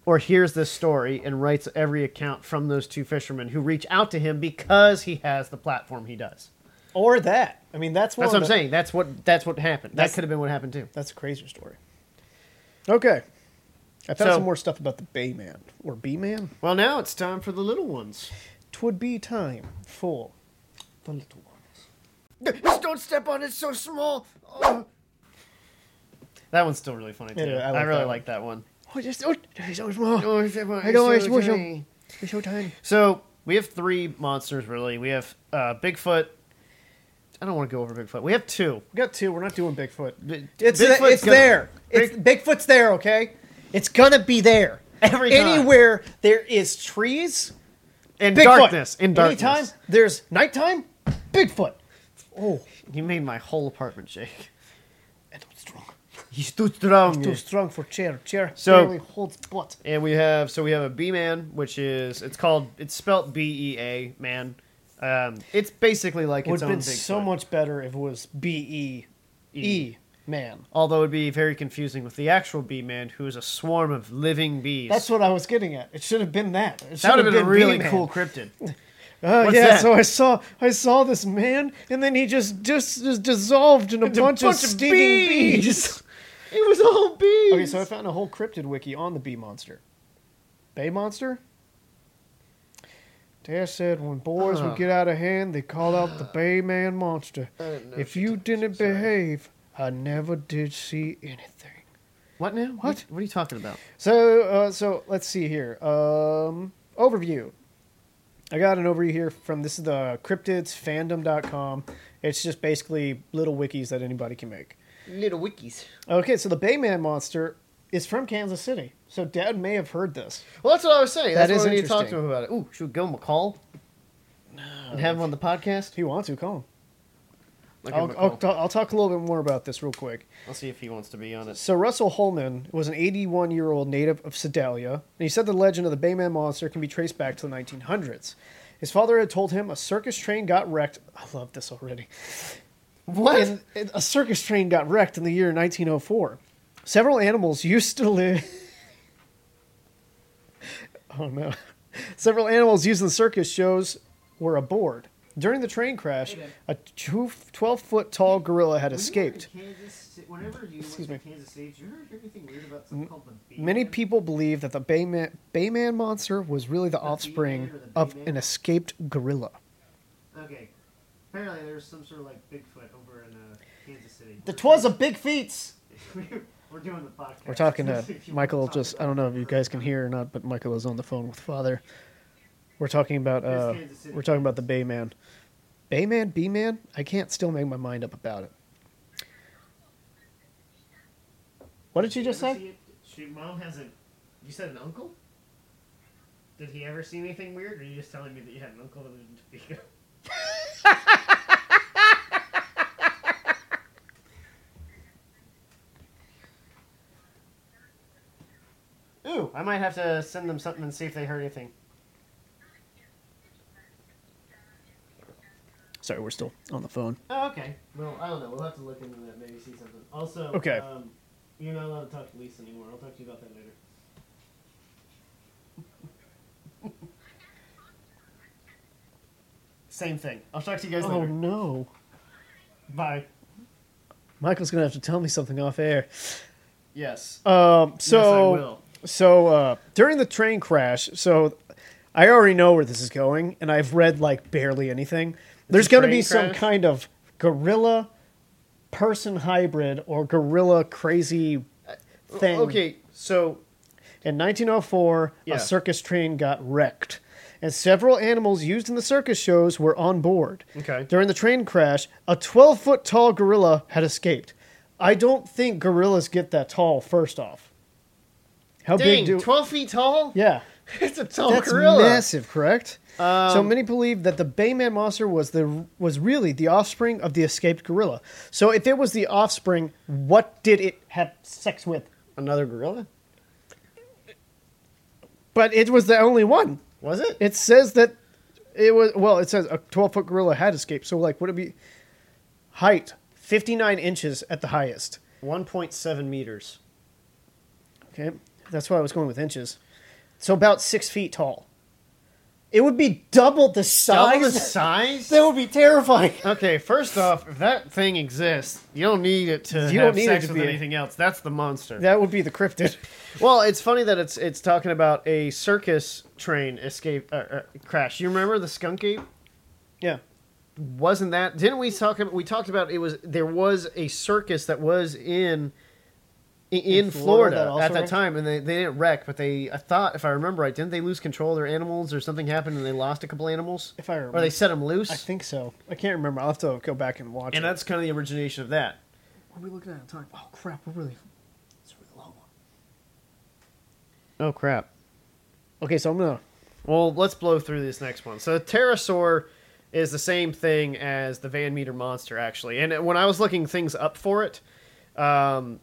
[SPEAKER 1] or hears this story and writes every account from those two fishermen who reach out to him because he has the platform he does.
[SPEAKER 2] Or that. I mean, that's one
[SPEAKER 1] That's what
[SPEAKER 2] of
[SPEAKER 1] I'm
[SPEAKER 2] the-
[SPEAKER 1] saying. That's what that's what happened. That
[SPEAKER 2] That's-
[SPEAKER 1] could have been what happened too.
[SPEAKER 2] That's a crazier story. Okay. I found
[SPEAKER 1] So-
[SPEAKER 2] some more stuff about the Bayman or B-Man.
[SPEAKER 1] Well, now it's time for the little ones.
[SPEAKER 2] Twould be time for the little ones.
[SPEAKER 1] Just don't step on it, so small. That one's still really funny, too.
[SPEAKER 2] Yeah,
[SPEAKER 1] I,
[SPEAKER 2] I like
[SPEAKER 1] really
[SPEAKER 2] that one.
[SPEAKER 1] like that one.
[SPEAKER 2] Oh, just oh, it's so small.
[SPEAKER 1] I
[SPEAKER 2] don't always wish 'em. It's so tiny.
[SPEAKER 1] So we have three monsters, really. We have uh, Bigfoot. I don't want to go over Bigfoot. We have two.
[SPEAKER 2] We got two. We're not doing Bigfoot.
[SPEAKER 1] B-
[SPEAKER 2] It's
[SPEAKER 1] Bigfoot's
[SPEAKER 2] it's
[SPEAKER 1] gonna-
[SPEAKER 2] there. It's Bigfoot's there. Okay, it's gonna be there.
[SPEAKER 1] Every time.
[SPEAKER 2] anywhere there is trees,
[SPEAKER 1] In
[SPEAKER 2] Bigfoot.
[SPEAKER 1] darkness. In darkness.
[SPEAKER 2] Anytime there's nighttime, Bigfoot. Oh,
[SPEAKER 1] You made my whole apartment shake.
[SPEAKER 2] and I'm strong.
[SPEAKER 1] He's too strong.
[SPEAKER 2] Too strong for chair. Chair
[SPEAKER 1] So-
[SPEAKER 2] barely holds butt.
[SPEAKER 1] And we have so we have a B man, which is it's called it's spelt B E A man. Um, it's basically like
[SPEAKER 2] Would
[SPEAKER 1] its
[SPEAKER 2] have
[SPEAKER 1] own
[SPEAKER 2] been
[SPEAKER 1] Bigfoot.
[SPEAKER 2] so much better if it was B E E man.
[SPEAKER 1] Although it'd be very confusing with the actual bee man, who is a swarm of living bees.
[SPEAKER 2] That's what I was getting at. It should have been that. It should
[SPEAKER 1] that would have been a really
[SPEAKER 2] B-Man.
[SPEAKER 1] cool cryptid.
[SPEAKER 2] Uh,
[SPEAKER 1] What's
[SPEAKER 2] yeah,
[SPEAKER 1] that?
[SPEAKER 2] so I saw I saw this man, and then he just just, just dissolved in a,
[SPEAKER 1] It's a
[SPEAKER 2] bunch,
[SPEAKER 1] bunch
[SPEAKER 2] of
[SPEAKER 1] of
[SPEAKER 2] stinging bees.
[SPEAKER 1] bees. It was all bees.
[SPEAKER 2] Okay, so I found a whole cryptid wiki on the bee monster. Bay monster. Dare said when boys would get out of hand, they call out the Bay Man monster.
[SPEAKER 1] didn't know
[SPEAKER 2] If you didn't behave, I never did see anything.
[SPEAKER 1] what now?
[SPEAKER 2] What?
[SPEAKER 1] What are you talking about?
[SPEAKER 2] So, uh, so let's see here. Um, overview. I got an overview here from this is the cryptidsfandom.com. It's just basically little wikis that anybody can make.
[SPEAKER 1] Little wikis.
[SPEAKER 2] Okay, so the Bayman monster is from Kansas City. So Dad may have heard this.
[SPEAKER 1] Well, that's what I was saying.
[SPEAKER 2] That
[SPEAKER 1] That's
[SPEAKER 2] is
[SPEAKER 1] why we need to talk to
[SPEAKER 2] interesting.
[SPEAKER 1] him about it. Ooh, should we give him a call? And have him on the podcast?
[SPEAKER 2] If he wants to, call him.
[SPEAKER 1] I'll,
[SPEAKER 2] I'll, I'll, ta- I'll talk a little bit more about this real quick.
[SPEAKER 1] I'll see if he wants to be on it.
[SPEAKER 2] So Russell Holman was an 81 year old native of Sedalia, and he said the legend of the Bayman monster can be traced back to the 1900s. His father had told him a circus train got wrecked. I love this already.
[SPEAKER 1] What?
[SPEAKER 2] In- in- a circus train got wrecked in the year 1904. Several animals used to live. oh no. Several animals used in circus shows were aboard. During the train crash, a 12 foot tall gorilla had escaped.
[SPEAKER 1] Whenever you
[SPEAKER 2] Excuse me.
[SPEAKER 1] went to Kansas City, did you ever hear anything weird about something called the bee
[SPEAKER 2] Many
[SPEAKER 1] man?
[SPEAKER 2] people believe that the Bayman, Bayman monster was really the offspring
[SPEAKER 1] or the
[SPEAKER 2] of
[SPEAKER 1] Bayman?
[SPEAKER 2] an escaped gorilla.
[SPEAKER 1] Okay. Apparently, there's some sort of like Bigfoot over in uh, Kansas City.
[SPEAKER 2] a big feats.
[SPEAKER 1] We're doing the podcast.
[SPEAKER 2] We're talking to
[SPEAKER 1] If you wanna
[SPEAKER 2] Michael.
[SPEAKER 1] talk
[SPEAKER 2] Just I
[SPEAKER 1] about
[SPEAKER 2] don't know if you
[SPEAKER 1] Bigfoot.
[SPEAKER 2] guys can hear or not, but Michael is on the phone with father. We're talking about uh,
[SPEAKER 1] It's Kansas City.
[SPEAKER 2] we're talking about the Bayman, Bayman, B man. I can't still make my mind up about it. What did you just
[SPEAKER 1] ever
[SPEAKER 2] say?
[SPEAKER 1] see it? She, mom has a. You said an uncle. Did he ever see anything weird, or are you just telling me that you had an uncle that lived in Topeka? Ooh, I might have to send them something and see if they heard anything.
[SPEAKER 2] Sorry, we're still on the phone.
[SPEAKER 1] Oh, okay. Well, I don't know. We'll have to look into that. Maybe see something. Also,
[SPEAKER 2] Okay.
[SPEAKER 1] Um, you're not allowed to talk to Lisa anymore. I'll talk to you about that later. Same thing. I'll talk to you guys
[SPEAKER 2] Oh
[SPEAKER 1] later.
[SPEAKER 2] no,
[SPEAKER 1] Bye.
[SPEAKER 2] Michael's gonna have to tell me something off air.
[SPEAKER 1] Yes.
[SPEAKER 2] Um, so
[SPEAKER 1] yes, I will.
[SPEAKER 2] So uh, during the train crash, so I already know where this is going, and I've read like barely anything. There's going to
[SPEAKER 1] train
[SPEAKER 2] be some
[SPEAKER 1] crash?
[SPEAKER 2] kind of gorilla person hybrid or gorilla crazy thing.
[SPEAKER 1] Uh, Okay. So
[SPEAKER 2] In 1904,
[SPEAKER 1] Yeah.
[SPEAKER 2] a circus train got wrecked, and several animals used in the circus shows were on board.
[SPEAKER 1] Okay.
[SPEAKER 2] During the train crash, a 12 foot tall gorilla had escaped. I don't think gorillas get that tall. First off, how
[SPEAKER 1] dang,
[SPEAKER 2] big do?
[SPEAKER 1] twelve feet tall.
[SPEAKER 2] yeah.
[SPEAKER 1] it's a tall
[SPEAKER 2] That's
[SPEAKER 1] Oh, gorilla.
[SPEAKER 2] massive, correct?
[SPEAKER 1] Um,
[SPEAKER 2] so many believe that the Bayman monster was the was really the offspring of the escaped gorilla. So if it was the offspring, what did it have sex with?
[SPEAKER 1] Another gorilla?
[SPEAKER 2] But it was the only one.
[SPEAKER 1] Was it?
[SPEAKER 2] It says that it was well. It says a twelve foot gorilla had escaped. So like, would it be height fifty nine inches at the highest?
[SPEAKER 1] One point seven meters.
[SPEAKER 2] Okay, that's why I was going with inches. So about six feet tall. It would be double the size.
[SPEAKER 1] Double the size?
[SPEAKER 2] That would be terrifying.
[SPEAKER 1] Okay, first off, if that thing exists, you don't need it to
[SPEAKER 2] You
[SPEAKER 1] have
[SPEAKER 2] don't need
[SPEAKER 1] sex
[SPEAKER 2] it to
[SPEAKER 1] with
[SPEAKER 2] be-
[SPEAKER 1] anything else. That's the monster.
[SPEAKER 2] That would be the cryptid.
[SPEAKER 1] Well, it's funny that it's it's talking about a circus train escape uh, uh, crash. You remember the skunk ape?
[SPEAKER 2] Yeah.
[SPEAKER 1] Wasn't that? Didn't we talk about? We talked about it was there was a circus that was in i- in,
[SPEAKER 2] In Florida
[SPEAKER 1] Florida,
[SPEAKER 2] that also
[SPEAKER 1] at that
[SPEAKER 2] wrecked?
[SPEAKER 1] time, and they, they didn't wreck, but they I thought if I remember right, didn't they lose control of their animals or something happened and they lost a couple animals?
[SPEAKER 2] If
[SPEAKER 1] or
[SPEAKER 2] I remember.
[SPEAKER 1] they set them loose.
[SPEAKER 2] I think so. I can't remember. I'll have to go back and watch
[SPEAKER 1] and
[SPEAKER 2] it.
[SPEAKER 1] that's kind of the origination of that.
[SPEAKER 2] What are we looking at? Time. Oh, crap. We're really. It's a really long one.
[SPEAKER 1] Oh crap!
[SPEAKER 2] Okay, so I'm going to.
[SPEAKER 1] Well, let's blow through this next one. So, pterosaur is the same thing as the Van Meter monster, actually. And when I was looking things up for it, um,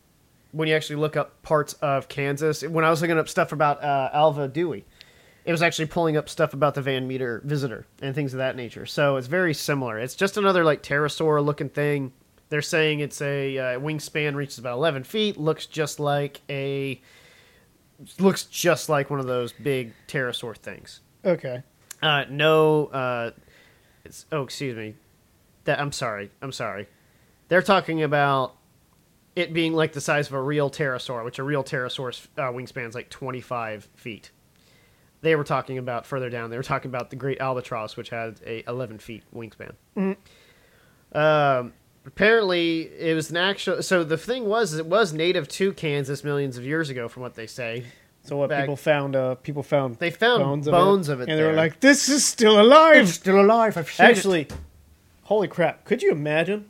[SPEAKER 1] when you actually look up parts of Kansas, when I was looking up stuff about uh, Alva Dewey, it was actually pulling up stuff about the Van Meter visitor and things of that nature. So it's very similar. It's just another like pterosaur looking thing. They're saying it's a uh, wingspan reaches about 11 feet, looks just like a looks just like one of those big pterosaur things.
[SPEAKER 2] Okay.
[SPEAKER 1] Uh, no, uh, it's, oh, excuse me. That I'm sorry. I'm sorry. They're talking about it being like the size of a real pterosaur, which a real pterosaur's uh, wingspan is like 25 feet. They were talking about further down. They were talking about the great albatross, which had a 11 feet wingspan.
[SPEAKER 2] Mm-hmm.
[SPEAKER 1] Um, apparently, it was an actual. So the thing was, is it was native to Kansas millions of years ago, from what they say.
[SPEAKER 2] So what
[SPEAKER 1] Back-
[SPEAKER 2] people found? Uh, people found
[SPEAKER 1] They found
[SPEAKER 2] bones,
[SPEAKER 1] bones
[SPEAKER 2] of
[SPEAKER 1] of
[SPEAKER 2] it,
[SPEAKER 1] it
[SPEAKER 2] and they were
[SPEAKER 1] there.
[SPEAKER 2] like, "This is still alive,
[SPEAKER 1] still alive. I've
[SPEAKER 2] Actually, holy crap! Could you imagine?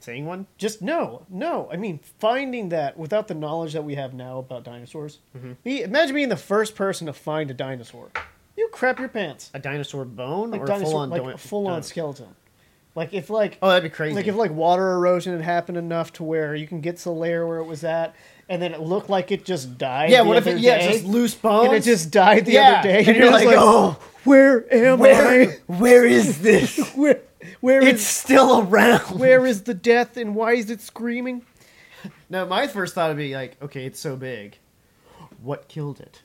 [SPEAKER 1] seeing one.
[SPEAKER 2] Just no, no. I mean, finding that without the knowledge that we have now about dinosaurs.
[SPEAKER 1] Mm-hmm.
[SPEAKER 2] Be- imagine being the first person to find a dinosaur. You crap your pants.
[SPEAKER 1] a dinosaur bone
[SPEAKER 2] Like
[SPEAKER 1] or
[SPEAKER 2] dinosaur,
[SPEAKER 1] a full on
[SPEAKER 2] like a full on skeleton. Like if like
[SPEAKER 1] Oh, that'd be crazy.
[SPEAKER 2] like if like water erosion had happened enough to where you can get to the layer where it was at, and then it looked like it just died.
[SPEAKER 1] yeah,
[SPEAKER 2] the
[SPEAKER 1] what if
[SPEAKER 2] other
[SPEAKER 1] it yeah
[SPEAKER 2] day.
[SPEAKER 1] just loose bones?
[SPEAKER 2] and it just died the
[SPEAKER 1] Yeah,
[SPEAKER 2] other day.
[SPEAKER 1] and you're
[SPEAKER 2] just
[SPEAKER 1] like, "Oh,
[SPEAKER 2] where am I?
[SPEAKER 1] where is this?
[SPEAKER 2] Where, where is
[SPEAKER 1] still around.
[SPEAKER 2] where is the death, and why is it screaming?
[SPEAKER 1] No, my first thought would be like, okay, it's so big. What killed it?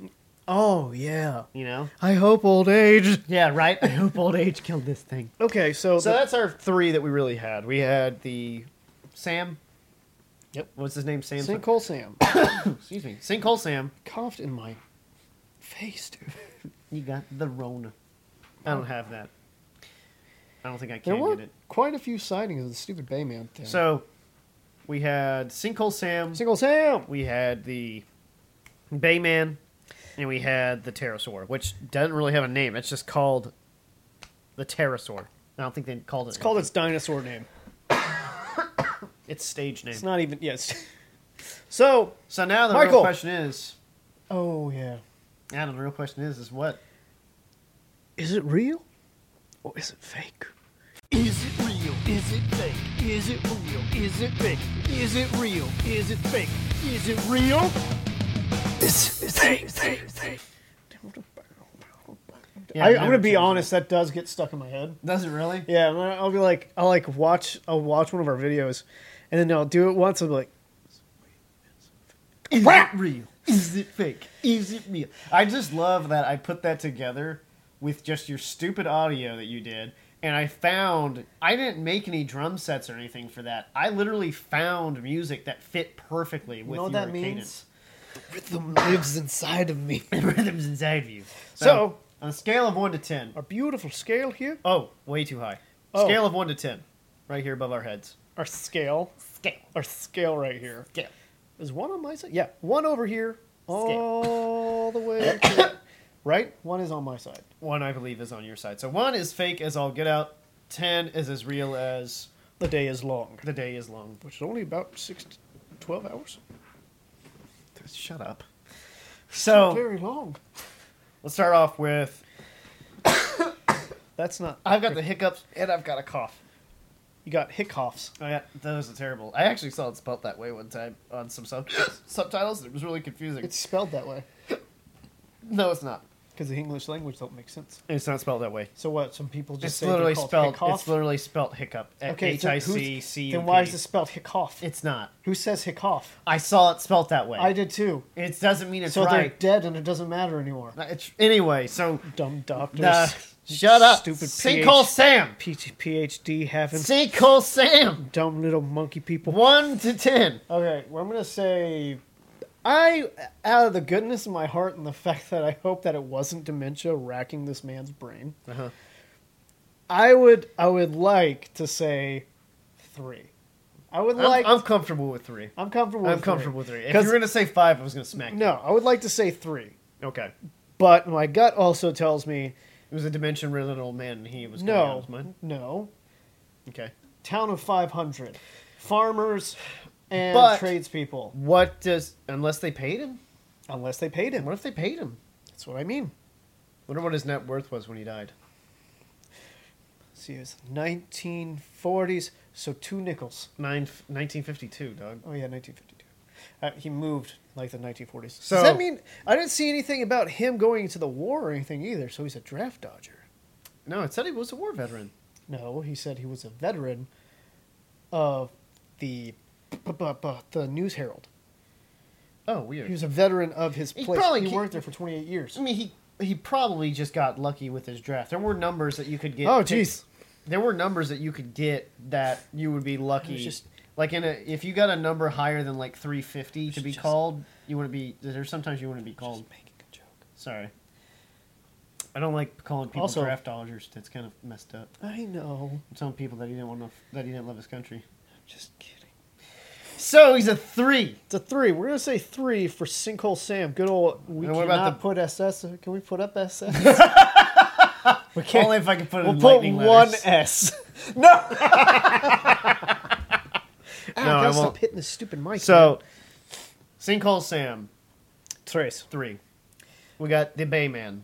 [SPEAKER 2] Oh yeah,
[SPEAKER 1] You know?
[SPEAKER 2] I hope old age.
[SPEAKER 1] Yeah, right. I hope old age killed this thing.
[SPEAKER 2] Okay, so,
[SPEAKER 1] So
[SPEAKER 2] the-
[SPEAKER 1] that's our three that we really had. We had the Sam.
[SPEAKER 2] Yep.
[SPEAKER 1] What's his name? Sam.
[SPEAKER 2] Sinkhole Sam
[SPEAKER 1] Excuse me. Sinkhole Sam.
[SPEAKER 2] coughed in my face, dude.
[SPEAKER 1] You got the Rona. I don't have that. I don't think I
[SPEAKER 2] There
[SPEAKER 1] can
[SPEAKER 2] were
[SPEAKER 1] get it.
[SPEAKER 2] quite a few sightings of the stupid Bayman thing.
[SPEAKER 1] So we had Sinkhole Sam.
[SPEAKER 2] Sinkhole Sam.
[SPEAKER 1] we had the Bayman, and we had the Pterosaur, which doesn't really have a name. It's just called the Pterosaur. I don't think they called it.
[SPEAKER 2] It's called its dinosaur name.
[SPEAKER 1] its stage name.
[SPEAKER 2] It's not even yes. so
[SPEAKER 1] so now the
[SPEAKER 2] Michael.
[SPEAKER 1] real question is,
[SPEAKER 2] oh yeah,
[SPEAKER 1] now the real question is, is what?
[SPEAKER 2] is it real or is it fake?
[SPEAKER 3] Is it real? Is it fake? Is it real? Is it fake? Is it real? Is it fake? Is it real? Is it fake? fake, fake?
[SPEAKER 1] Yeah, I've
[SPEAKER 2] I, I'm gonna
[SPEAKER 1] never
[SPEAKER 2] be
[SPEAKER 1] changed
[SPEAKER 2] honest. That does get stuck in my head.
[SPEAKER 1] Does it really?
[SPEAKER 2] Yeah, I'm gonna- I'll be like, I'll like watch, I'll watch one of our videos, and then I'll do it once. I'll be like,
[SPEAKER 1] Is it real? Is it fake? Is it real? I just love that I put that together with just your stupid audio that you did. And I found I didn't make any drum sets or anything for that. I literally found music that fit perfectly with
[SPEAKER 2] know what
[SPEAKER 1] your
[SPEAKER 2] that means?
[SPEAKER 1] cadence.
[SPEAKER 3] Rhythm lives inside of me.
[SPEAKER 1] Rhythms inside of you. So,
[SPEAKER 2] So-
[SPEAKER 1] on a scale of one to ten.
[SPEAKER 2] our beautiful scale here,
[SPEAKER 1] Oh, way too high.
[SPEAKER 2] Oh.
[SPEAKER 1] Scale of one to ten. Right here above our heads.
[SPEAKER 2] our scale,
[SPEAKER 1] Scale.
[SPEAKER 2] our scale right here.
[SPEAKER 1] Scale.
[SPEAKER 2] Is one on my side? Yeah, one over here,
[SPEAKER 1] Scale.
[SPEAKER 2] all the way, to- right? One is on my side.
[SPEAKER 1] One I believe is on your side. So one is fake as all get out. Ten is as real as
[SPEAKER 2] The day is long,
[SPEAKER 1] the day is long.
[SPEAKER 2] which is only about six, to twelve hours.
[SPEAKER 1] Shut up. So
[SPEAKER 2] Very long.
[SPEAKER 1] let's start off with
[SPEAKER 2] That's not.
[SPEAKER 1] I've got the hiccups and I've got a cough. Oh,
[SPEAKER 2] You got hiccups.
[SPEAKER 1] I got, those are terrible. I actually saw it spelled that way one time on some sub- subtitles. and It was really confusing.
[SPEAKER 2] It's spelled that way
[SPEAKER 1] no, it's not.
[SPEAKER 2] because the English language don't make sense.
[SPEAKER 1] It's not spelled that way.
[SPEAKER 2] So what? Some people just
[SPEAKER 1] It's
[SPEAKER 2] say
[SPEAKER 1] literally
[SPEAKER 2] they're called
[SPEAKER 1] spelled.
[SPEAKER 2] Hickoff?
[SPEAKER 1] It's literally spelled hiccup.
[SPEAKER 2] okay.
[SPEAKER 1] H
[SPEAKER 2] so
[SPEAKER 1] i
[SPEAKER 2] who's-
[SPEAKER 1] c c.
[SPEAKER 2] Then why is it spelled Hickoff?
[SPEAKER 1] It's not.
[SPEAKER 2] Who says Hickoff?
[SPEAKER 1] I saw it spelt that way.
[SPEAKER 2] I did too.
[SPEAKER 1] It doesn't mean it's
[SPEAKER 2] so they're
[SPEAKER 1] right.
[SPEAKER 2] dead, and it doesn't matter anymore.
[SPEAKER 1] It's, anyway, so
[SPEAKER 2] Dumb doctors.
[SPEAKER 1] uh, shut up,
[SPEAKER 2] Stupid
[SPEAKER 1] sinkhole Sam,
[SPEAKER 2] PH, PhD having
[SPEAKER 1] sinkhole Sam.
[SPEAKER 2] dumb little monkey people.
[SPEAKER 1] One to ten.
[SPEAKER 2] Okay, well, I'm gonna say, I out of the goodness of my heart and the fact that I hope that it wasn't dementia racking this man's brain,
[SPEAKER 1] Uh-huh.
[SPEAKER 2] I would I would like to say three. I would
[SPEAKER 1] I'm,
[SPEAKER 2] like
[SPEAKER 1] I'm comfortable with three.
[SPEAKER 2] I'm comfortable.
[SPEAKER 1] I'm
[SPEAKER 2] with
[SPEAKER 1] comfortable with three. If you
[SPEAKER 2] 'Cause-
[SPEAKER 1] were gonna say five, I was gonna smack.
[SPEAKER 2] Three. No, I would like to say three,
[SPEAKER 1] You. Okay.
[SPEAKER 2] but my gut also tells me
[SPEAKER 1] It was a dimension ridden old man, and he was going out
[SPEAKER 2] no,
[SPEAKER 1] his mind.
[SPEAKER 2] no.
[SPEAKER 1] Okay.
[SPEAKER 2] Town of five hundred, farmers and
[SPEAKER 1] But-
[SPEAKER 2] tradespeople,
[SPEAKER 1] What does unless they paid him?
[SPEAKER 2] unless they paid him.
[SPEAKER 1] What if they paid him?
[SPEAKER 2] That's what I mean.
[SPEAKER 1] Wonder what his net worth was when he died.
[SPEAKER 2] See, it was 1940s, so two nickels.
[SPEAKER 1] Nine, 1952, dog.
[SPEAKER 2] Oh yeah, 1952. Uh, he moved like the 1940s.
[SPEAKER 1] So-
[SPEAKER 2] Does that mean I didn't see anything about him going into the war or anything either? So he's a draft dodger.
[SPEAKER 1] No, it said he was a war veteran.
[SPEAKER 2] No, he said he was a veteran of the bu- bu- bu- the News Herald.
[SPEAKER 1] Oh,
[SPEAKER 2] He
[SPEAKER 1] weird.
[SPEAKER 2] was a veteran of his
[SPEAKER 1] He
[SPEAKER 2] place.
[SPEAKER 1] probably Mm.
[SPEAKER 2] he
[SPEAKER 1] ca-
[SPEAKER 2] worked there for 28 years.
[SPEAKER 1] I mean, he he probably just got lucky with his draft. There were numbers that you could get.
[SPEAKER 2] Oh,
[SPEAKER 1] picked-
[SPEAKER 2] jeez.
[SPEAKER 1] There were numbers that you could get that you would be lucky.
[SPEAKER 2] It was just-
[SPEAKER 1] like in a, if you got a number higher than like 350 to
[SPEAKER 2] was
[SPEAKER 1] be
[SPEAKER 2] just-
[SPEAKER 1] called, you wouldn't be. There's sometimes you wouldn't be called.
[SPEAKER 2] Just making a joke.
[SPEAKER 1] Sorry. I don't like calling people
[SPEAKER 2] Also-
[SPEAKER 1] draft dodgers. That's kind of messed up.
[SPEAKER 2] I know.
[SPEAKER 1] I'm telling people that he didn't want to, that he didn't love his country.
[SPEAKER 2] I'm just kidding.
[SPEAKER 1] So he's a three.
[SPEAKER 2] It's a three. We're gonna say three for Sinkhole Sam. Good old. We
[SPEAKER 1] And
[SPEAKER 2] cannot
[SPEAKER 1] what about the-
[SPEAKER 2] put SS. Can we put up SS? we can't.
[SPEAKER 1] Only if I could put it
[SPEAKER 2] we'll
[SPEAKER 1] in
[SPEAKER 2] put
[SPEAKER 1] lightning
[SPEAKER 2] one
[SPEAKER 1] letters.
[SPEAKER 2] S. no. Ow,
[SPEAKER 1] I
[SPEAKER 2] gotta stop
[SPEAKER 1] won't.
[SPEAKER 2] hitting this stupid mic.
[SPEAKER 1] So, Sinkhole Sam,
[SPEAKER 2] Trace.
[SPEAKER 1] three. We got the Bayman,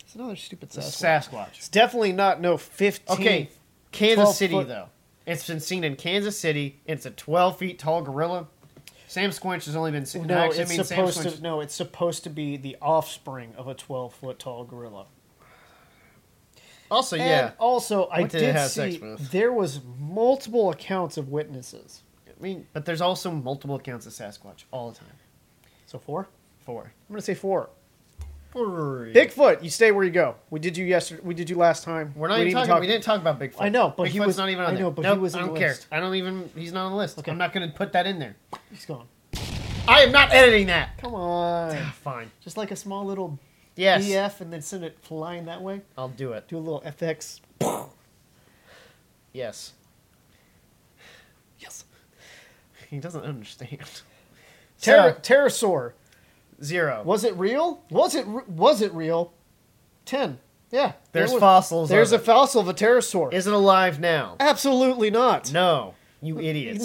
[SPEAKER 2] It's another stupid
[SPEAKER 1] the
[SPEAKER 2] Sasquatch. It's
[SPEAKER 1] Sasquatch.
[SPEAKER 2] definitely not no fifteen.
[SPEAKER 1] Okay, Kansas
[SPEAKER 2] 12
[SPEAKER 1] City,
[SPEAKER 2] foot-
[SPEAKER 1] though. It's been seen in Kansas City. It's a 12 feet tall gorilla. Sam Squinch has only been seen.
[SPEAKER 2] No,
[SPEAKER 1] actually, I
[SPEAKER 2] it's
[SPEAKER 1] mean, Sam
[SPEAKER 2] supposed
[SPEAKER 1] Squinch-
[SPEAKER 2] to. No, it's supposed to be the offspring of a twelve foot tall gorilla.
[SPEAKER 1] Also,
[SPEAKER 2] And
[SPEAKER 1] yeah.
[SPEAKER 2] also, I
[SPEAKER 1] What did it
[SPEAKER 2] did
[SPEAKER 1] have sex
[SPEAKER 2] see
[SPEAKER 1] with?
[SPEAKER 2] there was multiple accounts of witnesses.
[SPEAKER 1] I mean, but there's also multiple accounts of Sasquatch all the time.
[SPEAKER 2] So four.
[SPEAKER 1] Four.
[SPEAKER 2] I'm gonna say four.
[SPEAKER 1] Three.
[SPEAKER 2] Bigfoot, you stay where you go. We did you yesterday. We did you last time.
[SPEAKER 1] We're not
[SPEAKER 2] We
[SPEAKER 1] even
[SPEAKER 2] didn't
[SPEAKER 1] talking. We didn't talk about Bigfoot.
[SPEAKER 2] I know, but
[SPEAKER 1] Bigfoot's
[SPEAKER 2] he was-
[SPEAKER 1] not even on
[SPEAKER 2] I
[SPEAKER 1] there.
[SPEAKER 2] know, but he
[SPEAKER 1] nope,
[SPEAKER 2] was
[SPEAKER 1] I
[SPEAKER 2] on
[SPEAKER 1] don't
[SPEAKER 2] the
[SPEAKER 1] care.
[SPEAKER 2] list.
[SPEAKER 1] I don't even. He's not on the list.
[SPEAKER 2] Okay.
[SPEAKER 1] I'm not going to put that in there.
[SPEAKER 2] He's gone.
[SPEAKER 1] I am not editing that. Ah,
[SPEAKER 2] Come on.
[SPEAKER 1] Fine.
[SPEAKER 2] Just like a small little
[SPEAKER 1] Yes,
[SPEAKER 2] BF, and then send it flying that way.
[SPEAKER 1] I'll do it.
[SPEAKER 2] Do a little FX.
[SPEAKER 1] Yes,
[SPEAKER 2] Yes.
[SPEAKER 1] he doesn't understand.
[SPEAKER 2] Ter-
[SPEAKER 1] So-
[SPEAKER 2] pterosaur.
[SPEAKER 1] Zero.
[SPEAKER 2] Was it real? Was it? Re- was it real? Ten. Yeah. there
[SPEAKER 1] There's
[SPEAKER 2] was-
[SPEAKER 1] fossils.
[SPEAKER 2] There's a
[SPEAKER 1] of
[SPEAKER 2] fossil of a pterosaur.
[SPEAKER 1] it. Is it alive now?
[SPEAKER 2] Absolutely not.
[SPEAKER 1] No, you idiots.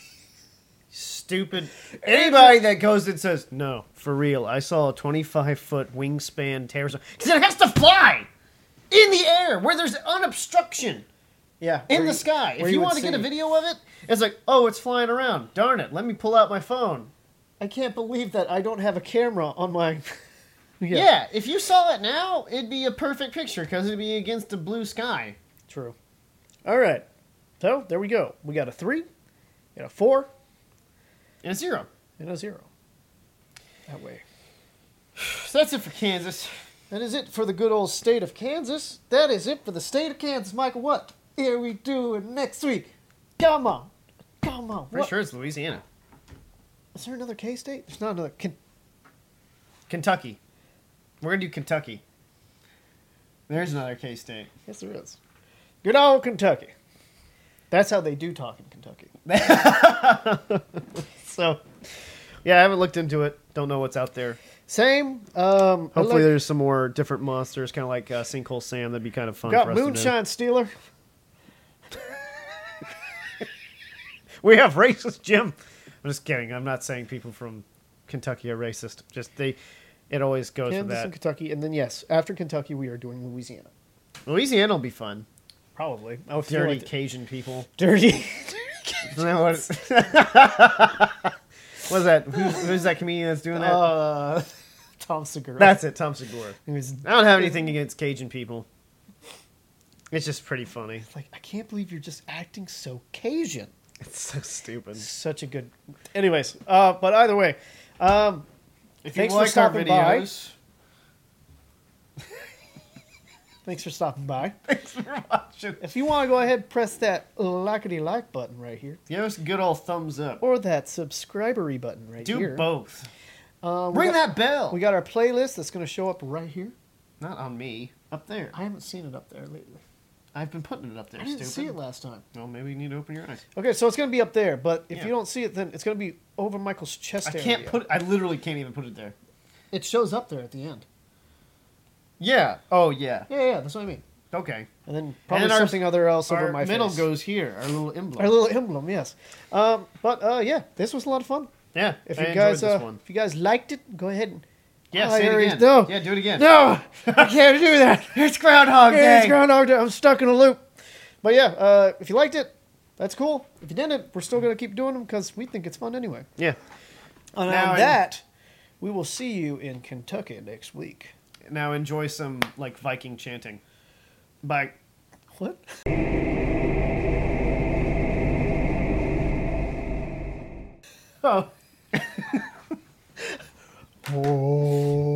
[SPEAKER 1] Stupid. Anybody that goes and says no for real, I saw a 25 foot wingspan pterosaur because it has to fly in the air where there's unobstruction.
[SPEAKER 2] yeah.
[SPEAKER 1] in
[SPEAKER 2] where
[SPEAKER 1] the
[SPEAKER 2] you-
[SPEAKER 1] sky.
[SPEAKER 2] where
[SPEAKER 1] If you
[SPEAKER 2] would
[SPEAKER 1] want to get a
[SPEAKER 2] see.
[SPEAKER 1] video of it, it's like, oh, it's flying around. Darn it! Let me pull out my phone.
[SPEAKER 2] I can't believe that I don't have a camera on my.
[SPEAKER 1] Yeah. if you saw it now, it'd be a perfect picture because it'd be against a blue sky.
[SPEAKER 2] True. All right. So there we go. We got a three, got a four,
[SPEAKER 1] And a zero.
[SPEAKER 2] and a zero. That way.
[SPEAKER 1] So that's it for Kansas.
[SPEAKER 2] That is it for the good old state of Kansas. That is it for the state of Kansas. Michael, what are we doing next week? Come on. Come on.
[SPEAKER 1] Pretty
[SPEAKER 2] What?
[SPEAKER 1] sure it's Louisiana,
[SPEAKER 2] Is there another K state? There's not another. Can-
[SPEAKER 1] Kentucky. We're gonna do Kentucky. There's another K state.
[SPEAKER 2] yes, there is. Good old Kentucky. That's how they do talk in Kentucky.
[SPEAKER 1] So, yeah, I haven't looked into it. Don't know what's out there.
[SPEAKER 2] Same. Um, I
[SPEAKER 1] Hopefully,
[SPEAKER 2] like-
[SPEAKER 1] there's some more different monsters, kind of like uh, Sinkhole Sam. That'd be kind of fun. for
[SPEAKER 2] got
[SPEAKER 1] us to do.
[SPEAKER 2] Moonshine Stealer.
[SPEAKER 1] We have racist Jim. I'm just kidding. I'm not saying people from Kentucky are racist. Just they, it always goes with
[SPEAKER 2] Kansas and
[SPEAKER 1] that.
[SPEAKER 2] Kentucky. And then, yes, after Kentucky, we are doing Louisiana.
[SPEAKER 1] Louisiana will be fun.
[SPEAKER 2] Probably. I would feel
[SPEAKER 1] Dirty
[SPEAKER 2] like-
[SPEAKER 1] Cajun people.
[SPEAKER 2] Dirty.
[SPEAKER 1] Isn't that what?
[SPEAKER 2] Oh.
[SPEAKER 1] What's that? Who's, who's that comedian that's doing that?
[SPEAKER 2] Uh, Tom Segura.
[SPEAKER 1] That's it, Tom Segura.
[SPEAKER 2] It was
[SPEAKER 1] I don't have anything against Cajun people. It's just pretty funny.
[SPEAKER 2] like I can't believe you're just acting so Cajun.
[SPEAKER 1] It's so stupid.
[SPEAKER 2] Such a good. Anyways, uh, but either way, um,
[SPEAKER 3] If
[SPEAKER 2] Thanks
[SPEAKER 3] you
[SPEAKER 2] for
[SPEAKER 3] like our
[SPEAKER 2] stopping by.
[SPEAKER 3] videos,
[SPEAKER 2] thanks for stopping by.
[SPEAKER 1] Thanks for watching.
[SPEAKER 2] If you want to go ahead, press that likety like button right here,
[SPEAKER 1] Give us a good old thumbs up.
[SPEAKER 2] or that subscribery button right
[SPEAKER 1] Do
[SPEAKER 2] here.
[SPEAKER 1] both.
[SPEAKER 2] Uh, we
[SPEAKER 1] Ring
[SPEAKER 2] got-
[SPEAKER 1] that bell.
[SPEAKER 2] We got our playlist that's going to show up right here.
[SPEAKER 1] Not on me. Up there.
[SPEAKER 2] I haven't seen it up there lately.
[SPEAKER 1] I've been putting it up there,
[SPEAKER 2] I didn't
[SPEAKER 1] stupid.
[SPEAKER 2] see it last time.
[SPEAKER 1] Well, maybe you need to open your eyes.
[SPEAKER 2] Okay, so it's going to be up there, but if
[SPEAKER 1] Yeah.
[SPEAKER 2] you don't see it, then it's going to be over Michael's chest
[SPEAKER 1] I
[SPEAKER 2] area.
[SPEAKER 1] can't put. I literally can't even put it there.
[SPEAKER 2] It shows up there at the end.
[SPEAKER 1] Yeah. Oh yeah.
[SPEAKER 2] Yeah, yeah, that's what I mean.
[SPEAKER 1] Okay.
[SPEAKER 2] And then probably
[SPEAKER 1] then our-
[SPEAKER 2] something other else
[SPEAKER 1] Our
[SPEAKER 2] over my
[SPEAKER 1] middle
[SPEAKER 2] face.
[SPEAKER 1] goes here. Our little emblem.
[SPEAKER 2] Our little emblem, yes. Um, but uh, yeah, this was a lot of fun.
[SPEAKER 1] yeah.
[SPEAKER 2] If
[SPEAKER 1] I
[SPEAKER 2] you
[SPEAKER 1] enjoyed
[SPEAKER 2] guys,
[SPEAKER 1] this
[SPEAKER 2] uh,
[SPEAKER 1] one.
[SPEAKER 2] if you guys liked it, go ahead and
[SPEAKER 1] Yeah.
[SPEAKER 2] Oh, I
[SPEAKER 1] say it
[SPEAKER 2] already-
[SPEAKER 1] again.
[SPEAKER 2] no.
[SPEAKER 1] Yeah. Do it again.
[SPEAKER 2] no, I can't do that.
[SPEAKER 1] It's Groundhog Day.
[SPEAKER 2] It's Groundhog Day. I'm stuck in a loop. But yeah, uh, if you liked it, that's cool. If you didn't, we're still gonna keep doing them because we think it's fun anyway.
[SPEAKER 1] yeah.
[SPEAKER 2] And
[SPEAKER 1] Now
[SPEAKER 2] on
[SPEAKER 1] I-
[SPEAKER 2] that, we will see you in Kentucky next week.
[SPEAKER 1] Now enjoy some like Viking chanting. Bye.
[SPEAKER 2] What?
[SPEAKER 1] Oh.
[SPEAKER 2] Oh.